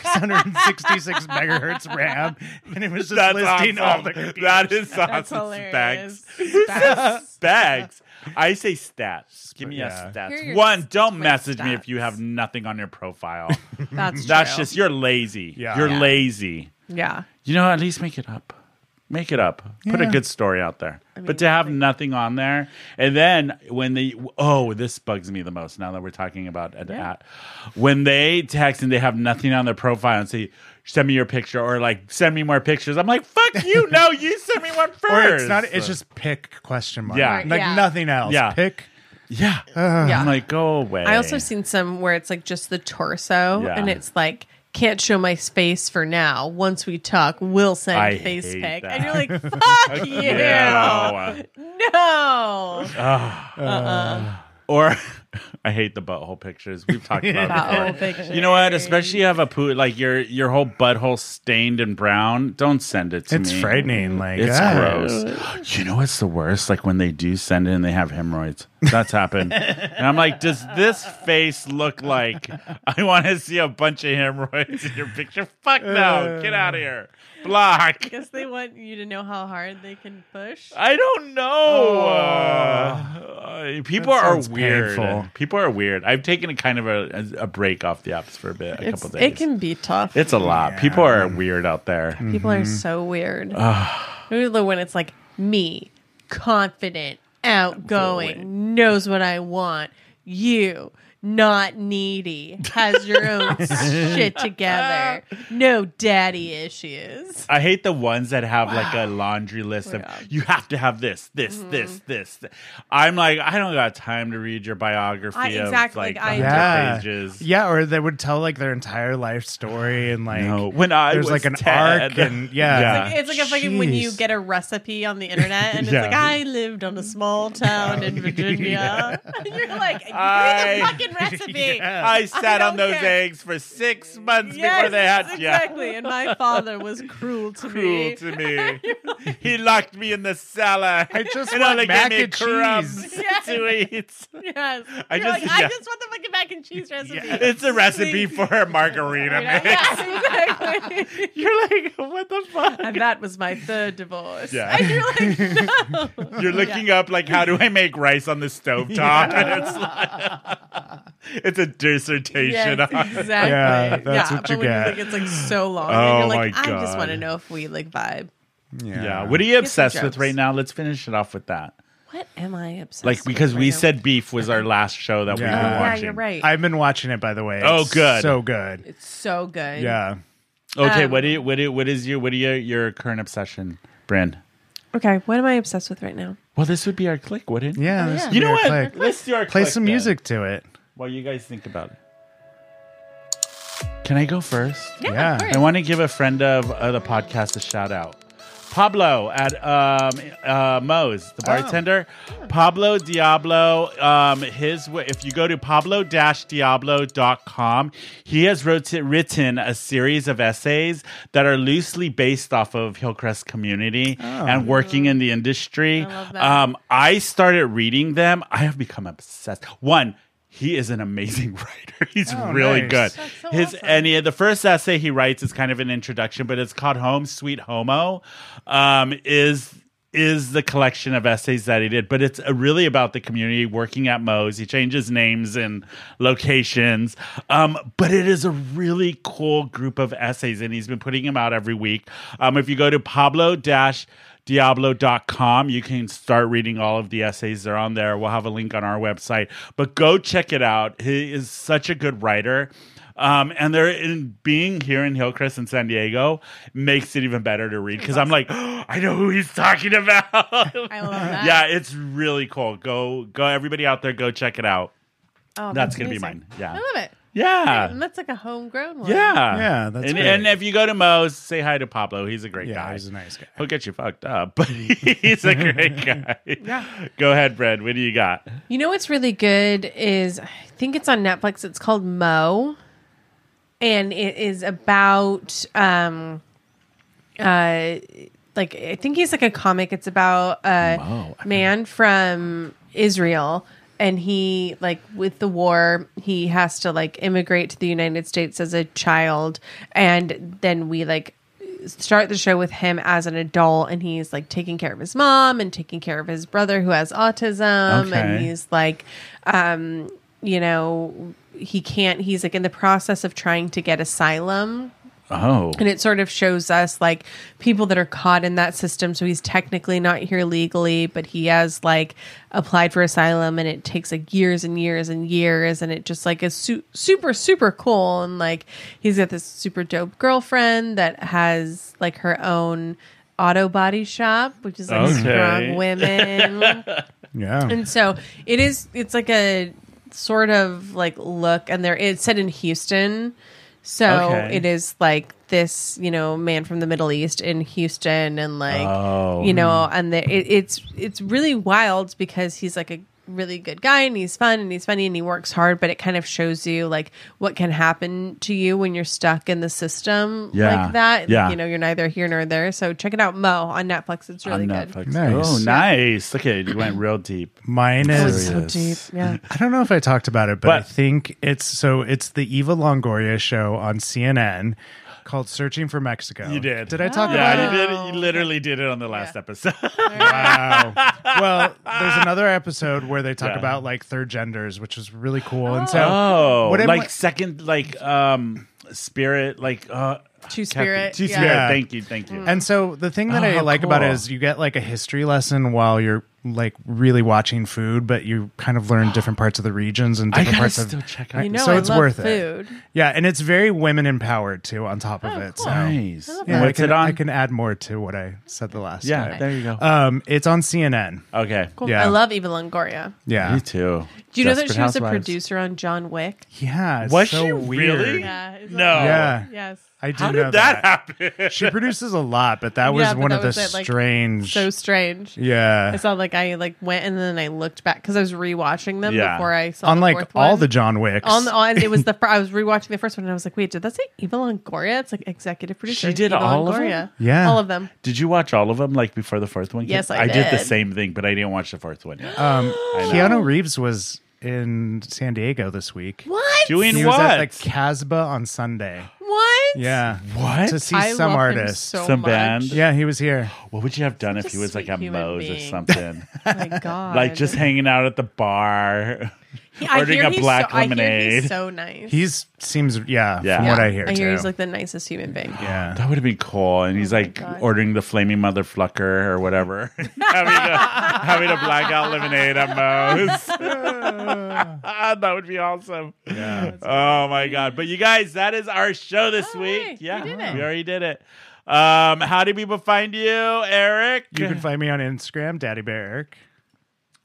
Speaker 2: 666 megahertz RAM. And it was just
Speaker 1: That's
Speaker 2: listing all
Speaker 1: awesome.
Speaker 2: the computers.
Speaker 1: That is
Speaker 3: That's
Speaker 1: awesome.
Speaker 3: hilarious.
Speaker 1: Spags. Who says Spags? I say stats. Give me
Speaker 2: Yeah.
Speaker 1: a
Speaker 3: Here are
Speaker 1: stats.
Speaker 3: your
Speaker 1: One, don't
Speaker 3: quick
Speaker 1: message me
Speaker 3: stats.
Speaker 1: if you have nothing on your profile.
Speaker 3: That's true.
Speaker 1: just you're lazy.
Speaker 2: Yeah.
Speaker 1: You're
Speaker 2: Yeah.
Speaker 1: lazy.
Speaker 3: Yeah.
Speaker 1: You know, at least make it up. Make it up. Put a
Speaker 2: Yeah.
Speaker 1: good story out there. but to have nothing on there, and then when they oh, this bugs me the most. Now that we're talking about ad, ad- when they text and they have nothing on their profile and say, "Send me your picture" or like "Send me more pictures," I'm like, "Fuck you! No, you send me one first.
Speaker 2: Or it's not, it's just pick question mark.
Speaker 1: Yeah.
Speaker 2: Like
Speaker 1: Right,
Speaker 3: yeah.
Speaker 2: nothing else.
Speaker 1: Yeah.
Speaker 2: Pick.
Speaker 1: yeah.
Speaker 2: Uh-huh.
Speaker 3: Yeah.
Speaker 1: I'm like, go away.
Speaker 3: I also seen some where it's like just the torso,
Speaker 1: Yeah.
Speaker 3: and it's like can't show my face for now. Once we talk, we'll send
Speaker 1: I
Speaker 3: face
Speaker 1: hate
Speaker 3: pic,
Speaker 1: that.
Speaker 3: and you're like, fuck you,
Speaker 1: Yeah.
Speaker 3: no.
Speaker 1: Or I hate the butthole pictures. We've talked about
Speaker 3: Butthole
Speaker 1: it before. You know what? Especially you have a poo like your your whole butthole stained and brown. Don't send it to
Speaker 2: It's
Speaker 1: me.
Speaker 2: frightening. Like
Speaker 1: It's
Speaker 2: ah.
Speaker 1: gross. You know what's the worst? Like when they do send it and they have hemorrhoids. That's happened. and I'm like, does this face look like I want to see a bunch of hemorrhoids in your picture? Fuck no. Get out of here. Block.
Speaker 3: I guess they want you to know how hard they can push.
Speaker 1: I don't know. Uh, uh, people
Speaker 2: That
Speaker 1: are
Speaker 2: sounds
Speaker 1: weird.
Speaker 2: painful.
Speaker 1: People are weird. I've taken a kind of a, a break off the apps for a bit, a
Speaker 3: It's,
Speaker 1: couple days.
Speaker 3: it can be tough.
Speaker 1: it's a lot. People are weird out there.
Speaker 3: People
Speaker 1: Mm-hmm.
Speaker 3: are so weird. Maybe the when it's like me, confident, outgoing, knows what I want. You, not needy, has your own shit together, no daddy issues.
Speaker 1: I hate the ones that have like a laundry
Speaker 3: Oh
Speaker 1: list of you have to have this, this,
Speaker 3: Mm-hmm.
Speaker 1: this, this. th- I'm like, I don't got time to read your biography.
Speaker 3: I- exactly,
Speaker 1: Of, like,
Speaker 3: like, I-
Speaker 1: the
Speaker 2: Yeah.
Speaker 1: pages.
Speaker 2: Yeah, or they would tell like their entire life story and like
Speaker 1: No, when I
Speaker 2: there's
Speaker 1: was
Speaker 2: like an
Speaker 1: 10.
Speaker 2: arc and yeah.
Speaker 1: Yeah.
Speaker 3: It's like a fucking when you
Speaker 2: Jeez.
Speaker 3: get a recipe on the internet and it's
Speaker 1: Yeah.
Speaker 3: like I lived on a small town in Virginia. and you're like, give
Speaker 1: I-
Speaker 3: me the fucking recipe.
Speaker 1: I sat on
Speaker 3: don't
Speaker 1: those
Speaker 3: care.
Speaker 1: eggs for six months
Speaker 3: Yes,
Speaker 1: before they had yeah.
Speaker 3: exactly. And my father was cruel to
Speaker 1: cruel
Speaker 3: me.
Speaker 1: to me. he locked me in the cellar.
Speaker 2: I just
Speaker 1: and
Speaker 2: want
Speaker 1: only
Speaker 2: mac
Speaker 1: gave me
Speaker 2: and
Speaker 1: crumbs
Speaker 3: cheese. Yes.
Speaker 1: to eat.
Speaker 3: Yes.
Speaker 1: I
Speaker 3: You're
Speaker 1: just-
Speaker 3: like,
Speaker 1: yeah.
Speaker 3: I just want the fucking mac and cheese recipe.
Speaker 1: It's a recipe
Speaker 3: Please.
Speaker 1: for a margarita
Speaker 3: Yeah,
Speaker 1: mix.
Speaker 3: exactly.
Speaker 1: You're like, what the fuck?
Speaker 3: and that was my third divorce.
Speaker 1: Yeah.
Speaker 3: And you're like, no.
Speaker 1: You're looking up like, how do I make rice on the stovetop? And it's like, it's a dissertation.
Speaker 3: Yes,
Speaker 1: on-
Speaker 3: exactly.
Speaker 2: Yeah, that's
Speaker 3: Yeah,
Speaker 2: what
Speaker 3: but
Speaker 2: you
Speaker 3: when
Speaker 2: get.
Speaker 3: Like, it's like so long.
Speaker 1: Oh,
Speaker 3: and you're like,
Speaker 1: my
Speaker 3: I just
Speaker 1: God.
Speaker 3: want to know if we like vibe.
Speaker 1: yeah. What are you
Speaker 3: Get some
Speaker 1: obsessed with
Speaker 3: jokes.
Speaker 1: right now? Let's finish it off with that.
Speaker 3: What am I obsessed
Speaker 1: Like because
Speaker 3: with
Speaker 1: we
Speaker 3: right now?
Speaker 1: said beef was our last show that we
Speaker 2: Yeah.
Speaker 1: were
Speaker 2: Yeah,
Speaker 1: watching.
Speaker 3: Yeah, you're right.
Speaker 2: I've been watching it by the way.
Speaker 1: Oh,
Speaker 2: It's
Speaker 1: good.
Speaker 2: So good.
Speaker 3: it's so good.
Speaker 2: Yeah.
Speaker 1: Okay,
Speaker 3: Um,
Speaker 1: what do you, what do you, what is your what are your, your current obsession, Bryn?
Speaker 3: Okay. What am I obsessed with right now?
Speaker 1: Well, this would be our click, wouldn't it?
Speaker 2: Yeah.
Speaker 3: Oh,
Speaker 2: this
Speaker 3: yeah.
Speaker 2: would
Speaker 1: You
Speaker 2: be
Speaker 1: know
Speaker 2: our
Speaker 1: what?
Speaker 2: click.
Speaker 1: Let's do our
Speaker 2: Play
Speaker 1: click
Speaker 2: some
Speaker 1: then,
Speaker 2: music to it.
Speaker 1: while you guys think about it. Can I go first?
Speaker 2: Yeah.
Speaker 1: I want to give a friend of uh, the podcast a shout out. Pablo at um, uh, Moe's,
Speaker 2: Oh.
Speaker 1: the bartender. Pablo Diablo, um, his w- if you go to pablo-diablo.com, he has wrote, written a series of essays that are loosely based off of Hillcrest community
Speaker 2: Oh.
Speaker 1: and working in the industry. I
Speaker 3: love that.
Speaker 1: Um, I started reading them. I have become obsessed. One, he is an amazing writer. He's
Speaker 2: Oh,
Speaker 1: really
Speaker 2: nice.
Speaker 1: good.
Speaker 3: That's so
Speaker 1: His
Speaker 3: awesome.
Speaker 1: and he, the first essay he writes is kind of an introduction, but it's called "Home Sweet Homo." Um, is is the collection of essays that he did, but it's uh, really about the community working at Moe's. He changes names and locations, um, but it is a really cool group of essays, and he's been putting them out every week. Um, if you go to Pablo dash diablo.com. You can start reading all of the essays. They're on there. We'll have a link on our website. But go check it out. He is such a good writer. Um, and they're in being here in Hillcrest in San Diego makes it even better to read because I'm like, I know who he's talking about. I love
Speaker 3: that.
Speaker 1: Yeah, it's really cool. Go, go, everybody out there, go check it out.
Speaker 3: Oh,
Speaker 1: that's gonna be
Speaker 3: amazing.
Speaker 1: mine.
Speaker 3: Oh,
Speaker 1: Yeah.
Speaker 3: I love it.
Speaker 1: Yeah.
Speaker 3: and that's like a homegrown one.
Speaker 1: Yeah.
Speaker 2: Yeah, that's
Speaker 1: and,
Speaker 2: great.
Speaker 1: and if you go to Moe's, say hi to Pablo. He's a great guy.
Speaker 2: he's a nice guy.
Speaker 1: He'll get you fucked up, but he's a great guy.
Speaker 3: Yeah.
Speaker 1: Go ahead, Brad. What do you got?
Speaker 3: You know what's really good is I think it's on Netflix. It's called Mo, and it is about um, uh, like I think he's like a comic. It's about a man from Israel, and he like with the war, he has to like immigrate to the United States as a child, and then we like start the show with him as an adult and he's like taking care of his mom and taking care of his brother who has autism and
Speaker 13: Okay.
Speaker 3: he's like um you know he can't he's like in the process of trying to get asylum
Speaker 1: Oh.
Speaker 3: and it sort of shows us like people that are caught in that system. So he's technically not here legally, but he has like applied for asylum and it takes like years and years and years. And it just like is su- super, super cool. And like he's got this super dope girlfriend that has like her own auto body shop, which is like
Speaker 2: Okay.
Speaker 3: strong women.
Speaker 2: Yeah.
Speaker 3: And so it is. It's like a sort of like look, and there it's set in Houston, so
Speaker 13: Okay.
Speaker 3: it is like this, you know, man from the Middle East in Houston, and like
Speaker 13: Oh.
Speaker 3: you know, and the, it, it's it's really wild because he's like a really good guy and he's fun and he's funny and he works hard but it kind of shows you like what can happen to you when you're stuck in the system
Speaker 1: Yeah.
Speaker 3: like that
Speaker 1: Yeah.
Speaker 3: you know you're neither here nor there so check it out mo on netflix it's really
Speaker 1: on
Speaker 3: good
Speaker 1: Netflix.
Speaker 2: Nice.
Speaker 1: Oh,
Speaker 2: Yeah.
Speaker 1: nice. Look at it. You went real deep.
Speaker 2: Mine
Speaker 1: That
Speaker 2: is
Speaker 1: was so deep,
Speaker 3: yeah.
Speaker 2: I don't know if I talked about it, but, I think it's so it's the Eva Longoria show on CNN called "Searching for Mexico."
Speaker 1: You did.
Speaker 2: Did I talk
Speaker 1: yeah,
Speaker 2: about it?
Speaker 3: Oh.
Speaker 1: you did. You literally did it on the last episode.
Speaker 2: wow. Well, there's another episode where they talk
Speaker 1: Yeah.
Speaker 2: about like third genders, which was really cool. And so,
Speaker 1: oh,
Speaker 2: what am
Speaker 1: like
Speaker 2: I-
Speaker 1: second, like um, spirit, like uh,
Speaker 3: two
Speaker 2: Spirit,
Speaker 1: two
Speaker 2: yeah.
Speaker 1: spirit.
Speaker 2: Yeah.
Speaker 1: Thank you, thank
Speaker 3: Mm.
Speaker 1: you.
Speaker 2: And so the thing that
Speaker 1: Oh,
Speaker 2: I
Speaker 1: how
Speaker 2: like about it
Speaker 1: cool.
Speaker 2: is you get like a history lesson while you're like really watching food, but you kind of learn different parts of the regions and
Speaker 1: I
Speaker 2: different
Speaker 1: gotta
Speaker 2: parts of
Speaker 1: still check out- You
Speaker 3: know
Speaker 2: so
Speaker 3: I
Speaker 2: it's
Speaker 3: love
Speaker 2: worth
Speaker 3: food. Oh,
Speaker 2: it. Yeah, and it's very women empowered too. On top of it, so
Speaker 1: Nice. I love
Speaker 2: Yeah,
Speaker 1: that.
Speaker 2: I
Speaker 1: What's
Speaker 2: can,
Speaker 1: it on?
Speaker 2: I can add more to what I said the last.
Speaker 1: Yeah,
Speaker 2: time.
Speaker 1: there you go.
Speaker 2: Um, it's on CNN.
Speaker 1: Okay.
Speaker 3: Cool.
Speaker 2: Yeah.
Speaker 3: I love Eva Longoria.
Speaker 2: Yeah. Me
Speaker 1: too.
Speaker 3: Do you know that
Speaker 2: Desperate
Speaker 3: she was a
Speaker 2: Housewives.
Speaker 3: producer on John Wick?
Speaker 2: Yeah. it's
Speaker 1: Was
Speaker 2: so
Speaker 1: she
Speaker 2: weird.
Speaker 1: really?
Speaker 3: Yeah, it's
Speaker 1: no.
Speaker 3: like-
Speaker 2: Yeah.
Speaker 3: Yes.
Speaker 2: I do
Speaker 1: How
Speaker 2: know
Speaker 1: did that, happen?
Speaker 2: she produces a lot, but that was
Speaker 3: Yeah, but
Speaker 2: one
Speaker 3: that
Speaker 2: of the
Speaker 3: was it, like,
Speaker 2: strange.
Speaker 3: So strange.
Speaker 2: Yeah.
Speaker 3: I saw like I like went and then I looked back because I was rewatching them
Speaker 2: Yeah.
Speaker 3: before I saw
Speaker 2: Unlike
Speaker 3: the fourth
Speaker 2: all
Speaker 3: one.
Speaker 2: the John Wicks.
Speaker 3: On the, on, it was the fir- I was rewatching the first one and I was like, wait, did that say Eva Longoria? It's like executive producer.
Speaker 1: She did
Speaker 3: Eva
Speaker 1: all of them?
Speaker 3: Longoria.
Speaker 1: Yeah.
Speaker 3: all of them.
Speaker 1: Did you watch all of them like before the fourth one? came-
Speaker 3: Yes, I
Speaker 1: did. the
Speaker 3: did.
Speaker 1: same thing, but I didn't watch the fourth one yet.
Speaker 2: Um,
Speaker 1: know.
Speaker 2: Keanu Reeves was in San Diego this week.
Speaker 3: What?
Speaker 1: Doing
Speaker 2: he Was at
Speaker 1: what?
Speaker 2: the Casbah on Sunday.
Speaker 3: What?
Speaker 2: Yeah.
Speaker 1: What?
Speaker 2: To see
Speaker 1: I love
Speaker 2: some
Speaker 1: him
Speaker 2: artist,
Speaker 1: so Some much. band?
Speaker 2: Yeah, he was here.
Speaker 1: What would you have done if he was like a Moe's or something?
Speaker 3: Oh My God.
Speaker 1: like just hanging out at the bar,
Speaker 3: I hear
Speaker 1: ordering a
Speaker 3: he's so-
Speaker 1: black
Speaker 3: I hear he's
Speaker 1: lemonade.
Speaker 3: so nice.
Speaker 2: He's seems yeah,
Speaker 1: Yeah.
Speaker 2: From what I hear,
Speaker 3: I hear
Speaker 2: too.
Speaker 3: he's like the nicest human being.
Speaker 2: yeah.
Speaker 1: That would have been cool. And he's like
Speaker 3: God.
Speaker 1: ordering the flaming mother flucker or whatever. having, a, having a blackout lemonade at Moe's. that would be awesome.
Speaker 2: Yeah.
Speaker 1: Oh my god. But you guys, that is our show this week. yeah.
Speaker 2: did it.
Speaker 1: We already did it. Um, how do people find you, Eric?
Speaker 2: You can find me on Instagram, Daddy Bear Eric.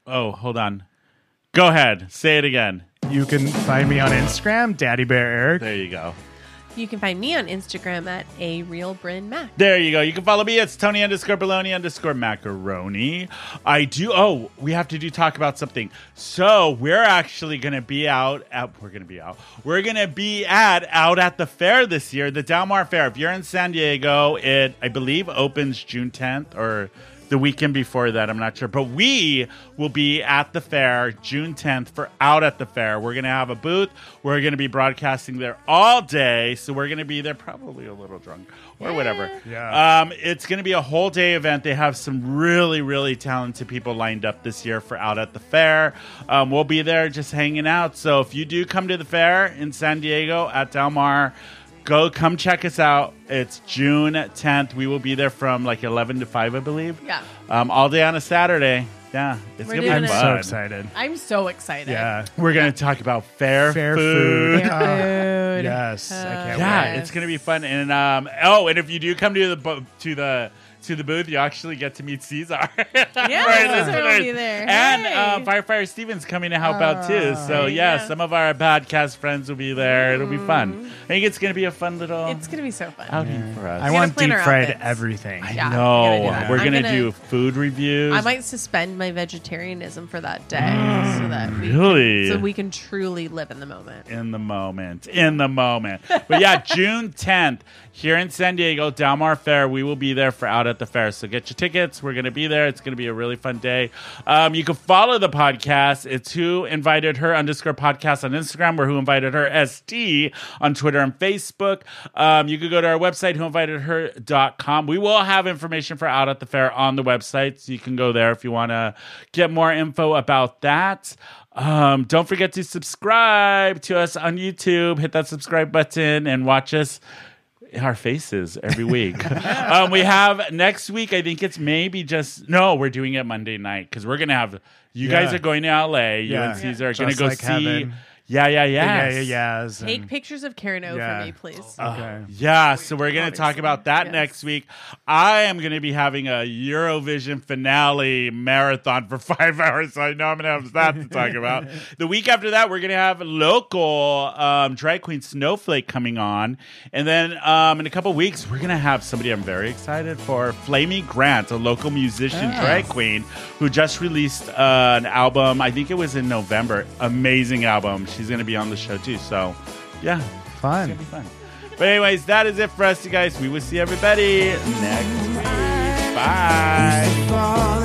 Speaker 1: Oh, hold on. Go ahead. Say it again.
Speaker 2: You can find me on Instagram, Daddy Bear Eric.
Speaker 1: There you go.
Speaker 3: You can find me on Instagram at a real Bryn Mac.
Speaker 1: There you go. You can follow me. It's Tony underscore baloney underscore macaroni. I do. Oh, we have to do talk about something. So we're actually going to be out at. We're going to be out. We're going to be at out at the fair this year, the Del Mar Fair. If you're in San Diego, it I believe opens June 10th or the weekend before that. I'm not sure. But we will be at the fair June 10th for Out at the Fair. We're going to have a booth. We're going to be broadcasting there all day. So we're going to be there probably a little drunk or whatever.
Speaker 2: Yeah.
Speaker 1: Um, it's going to be a whole day event. They have some really, really talented people lined up this year for Out at the Fair. Um, we'll be there just hanging out. So if you do come to the fair in San Diego at Del Mar, Go come check us out. It's June 10th. We will be there from like 11 to 5, I believe.
Speaker 3: Yeah.
Speaker 1: Um, all day on a Saturday. Yeah. It's
Speaker 3: We're
Speaker 1: going to be
Speaker 3: doing
Speaker 1: fun.
Speaker 3: it. I'm so excited. I'm so excited.
Speaker 1: We're going to talk about fair,
Speaker 2: Fair
Speaker 1: food.
Speaker 2: food. Fair food. Yes, I can't
Speaker 1: yeah,
Speaker 2: wait.
Speaker 1: it's going to be fun. And um, oh, and if you do come to the bo- to the to the booth, you actually get to meet Caesar.
Speaker 3: Yeah,
Speaker 1: Right,
Speaker 3: Caesar will
Speaker 1: listeners.
Speaker 3: be there.
Speaker 1: And
Speaker 3: Hey. Oh,
Speaker 1: uh, Firefighter Steven's coming to help out too. So
Speaker 3: There you
Speaker 1: yeah,
Speaker 3: go.
Speaker 1: some of our podcast friends will be there. It'll be fun. I think it's going to be a fun little.
Speaker 3: Mm-hmm. It's gonna be so fun.
Speaker 1: outing for us.
Speaker 2: I want deep fried everything. I
Speaker 3: Yeah,
Speaker 1: no,
Speaker 3: we're gonna do that.
Speaker 1: we're
Speaker 3: I'm
Speaker 1: gonna,
Speaker 3: gonna-
Speaker 1: do food reviews.
Speaker 3: I might suspend my vegetarianism for that day so that we
Speaker 1: Really?
Speaker 3: so we can truly live in the moment.
Speaker 1: in the moment. In the moment. But yeah, June 10th here in San Diego, Del Mar Fair. We will be there for Out at the Fair. So get your tickets. We're going to be there. It's going to be a really fun day. Um, you can follow the podcast. It's Who Invited Her underscore podcast on Instagram or Who Invited Her ST on Twitter and Facebook. Um, you can go to our website, whoinvitedher.com. We will have information for Out at the Fair on the website. So you can go there if you want to get more info about that. Um, don't forget to subscribe to us on YouTube. Hit that subscribe button and watch us our faces every week. um, we have next week. I think it's maybe just no. We're doing it Monday night because we're gonna have you guys
Speaker 2: Yeah.
Speaker 1: are going to LA. You
Speaker 2: Yeah.
Speaker 1: and Caesar are
Speaker 2: Just
Speaker 1: gonna go
Speaker 2: like
Speaker 1: see.
Speaker 2: heaven.
Speaker 1: Yeah, yeah,
Speaker 2: Yeah,
Speaker 1: yeah,
Speaker 2: yeah, yeahs
Speaker 3: Take pictures of Karen O
Speaker 1: Yeah.
Speaker 3: for me, please.
Speaker 2: Oh, uh,
Speaker 1: yeah, so we're going to talk about that next week. I am going to be having a Eurovision finale marathon for five hours, so I know I'm going to have that to talk about. the week after that, we're going to have local um, drag queen Snowflake coming on. And then um, in a couple weeks, we're going to have somebody I'm very excited for, Flamey Grant, a local musician
Speaker 13: Yes.
Speaker 1: drag queen who just released uh, an album. I think it was in November. Amazing album. She's going to be on the show too, so... Yeah.
Speaker 2: Fun.
Speaker 1: But anyways, that is it for us, you guys. We will see everybody next week. Bye.